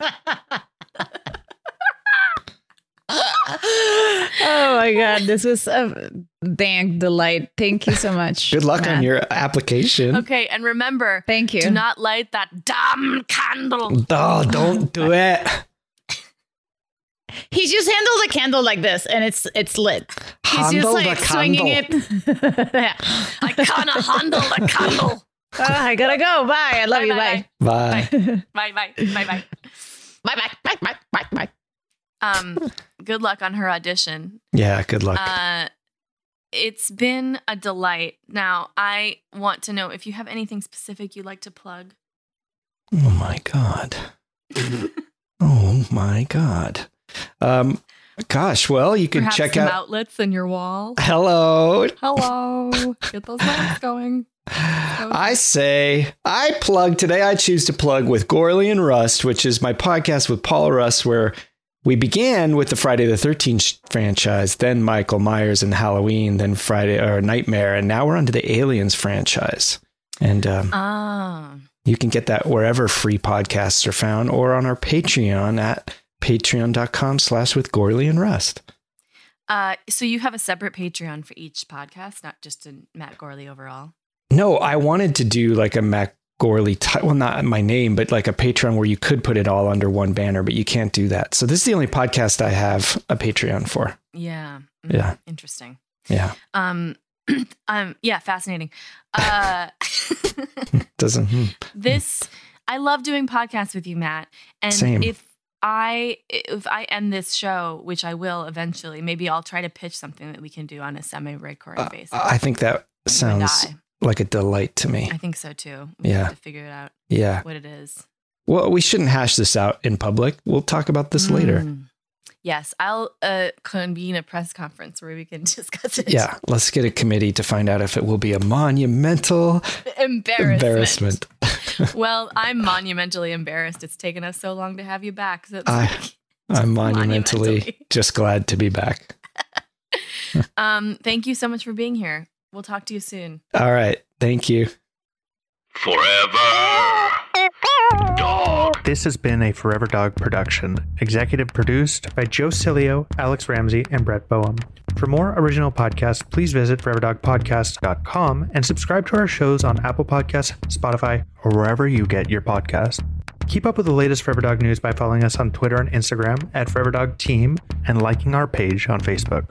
Speaker 3: Oh my God. This was a dang delight. Thank you so much.
Speaker 2: Good luck on
Speaker 3: Matt.
Speaker 2: your application.
Speaker 1: Okay, and remember,
Speaker 3: Thank you.
Speaker 1: do not light that damn candle.
Speaker 2: Oh, don't do it.
Speaker 7: He just handled the candle like this, and it's it's lit. He's
Speaker 2: Handle
Speaker 7: just
Speaker 2: the
Speaker 7: like swinging it.
Speaker 2: candle.
Speaker 1: I can't handle the candle.
Speaker 3: Oh, I gotta go. Bye. I love you.
Speaker 1: Bye,
Speaker 3: Bye.
Speaker 1: Bye
Speaker 2: Bye.
Speaker 1: bye bye bye.
Speaker 7: Bye bye bye bye bye bye.
Speaker 1: Um, good luck on her audition.
Speaker 2: Yeah, good luck.
Speaker 1: Uh, it's been a delight. Now, I want to know if you have anything specific you'd like to plug.
Speaker 2: oh my god. oh my god. Um, gosh. Well, you can
Speaker 1: Perhaps
Speaker 2: check
Speaker 1: some
Speaker 2: out.
Speaker 1: outlets in your wall.
Speaker 2: Hello.
Speaker 1: Hello. Get those lights going.
Speaker 2: I say I plug today. I choose to plug with Gorley and Rust, which is my podcast with Paul Rust, where we began with the Friday the Thirteenth sh- franchise, then Michael Myers and Halloween, then Friday or Nightmare, and now we're onto the Aliens franchise. And um,
Speaker 1: Ah.
Speaker 2: you can get that wherever free podcasts are found, or on our Patreon at patreon.com/slash with Gorley and Rust.
Speaker 1: Uh, so you have a separate Patreon for each podcast, not just a Matt Gorley overall.
Speaker 2: No, I wanted to do like a Mac Gorley, ti- well, not my name, but like a Patreon where you could put it all under one banner, but you can't do that. So this is the only podcast I have a Patreon for.
Speaker 1: Yeah.
Speaker 2: Yeah.
Speaker 1: Interesting.
Speaker 2: Yeah,
Speaker 1: Um, um, yeah, fascinating. Uh,
Speaker 2: doesn't. hmm.
Speaker 1: this I love doing podcasts with you, Matt. And
Speaker 2: Same.
Speaker 1: if I if I end this show, which I will eventually, maybe I'll try to pitch something that we can do on a semi-recorded basis.
Speaker 2: I think that Uh, sounds
Speaker 1: I.
Speaker 2: like a delight to me.
Speaker 1: I think so too. We
Speaker 2: Yeah.
Speaker 1: have to figure it out.
Speaker 2: Yeah.
Speaker 1: What it is.
Speaker 2: Well, we shouldn't hash this out in public. We'll talk about this later.
Speaker 1: Mm. Yes, I'll uh, convene a press conference where we can discuss it.
Speaker 2: Yeah, let's get a committee to find out if it will be a monumental
Speaker 1: Embarrassment.
Speaker 2: embarrassment.
Speaker 1: well, I'm monumentally embarrassed. It's taken us so long to have you back. So it's
Speaker 2: I, I'm monumentally,
Speaker 1: Monumentally.
Speaker 2: just glad to be back.
Speaker 1: um, thank you so much for being here. We'll talk to you soon.
Speaker 2: All right. Thank you.
Speaker 10: Forever.
Speaker 11: This has been a Forever Dog production, executive produced by Joe Cilio, Alex Ramsey, and Brett Boehm. For more original podcasts, please visit foreverdogpodcast.com and subscribe to our shows on Apple Podcasts, Spotify, or wherever you get your podcasts. Keep up with the latest Forever Dog news by following us on Twitter and Instagram at Forever Dog Team and liking our page on Facebook.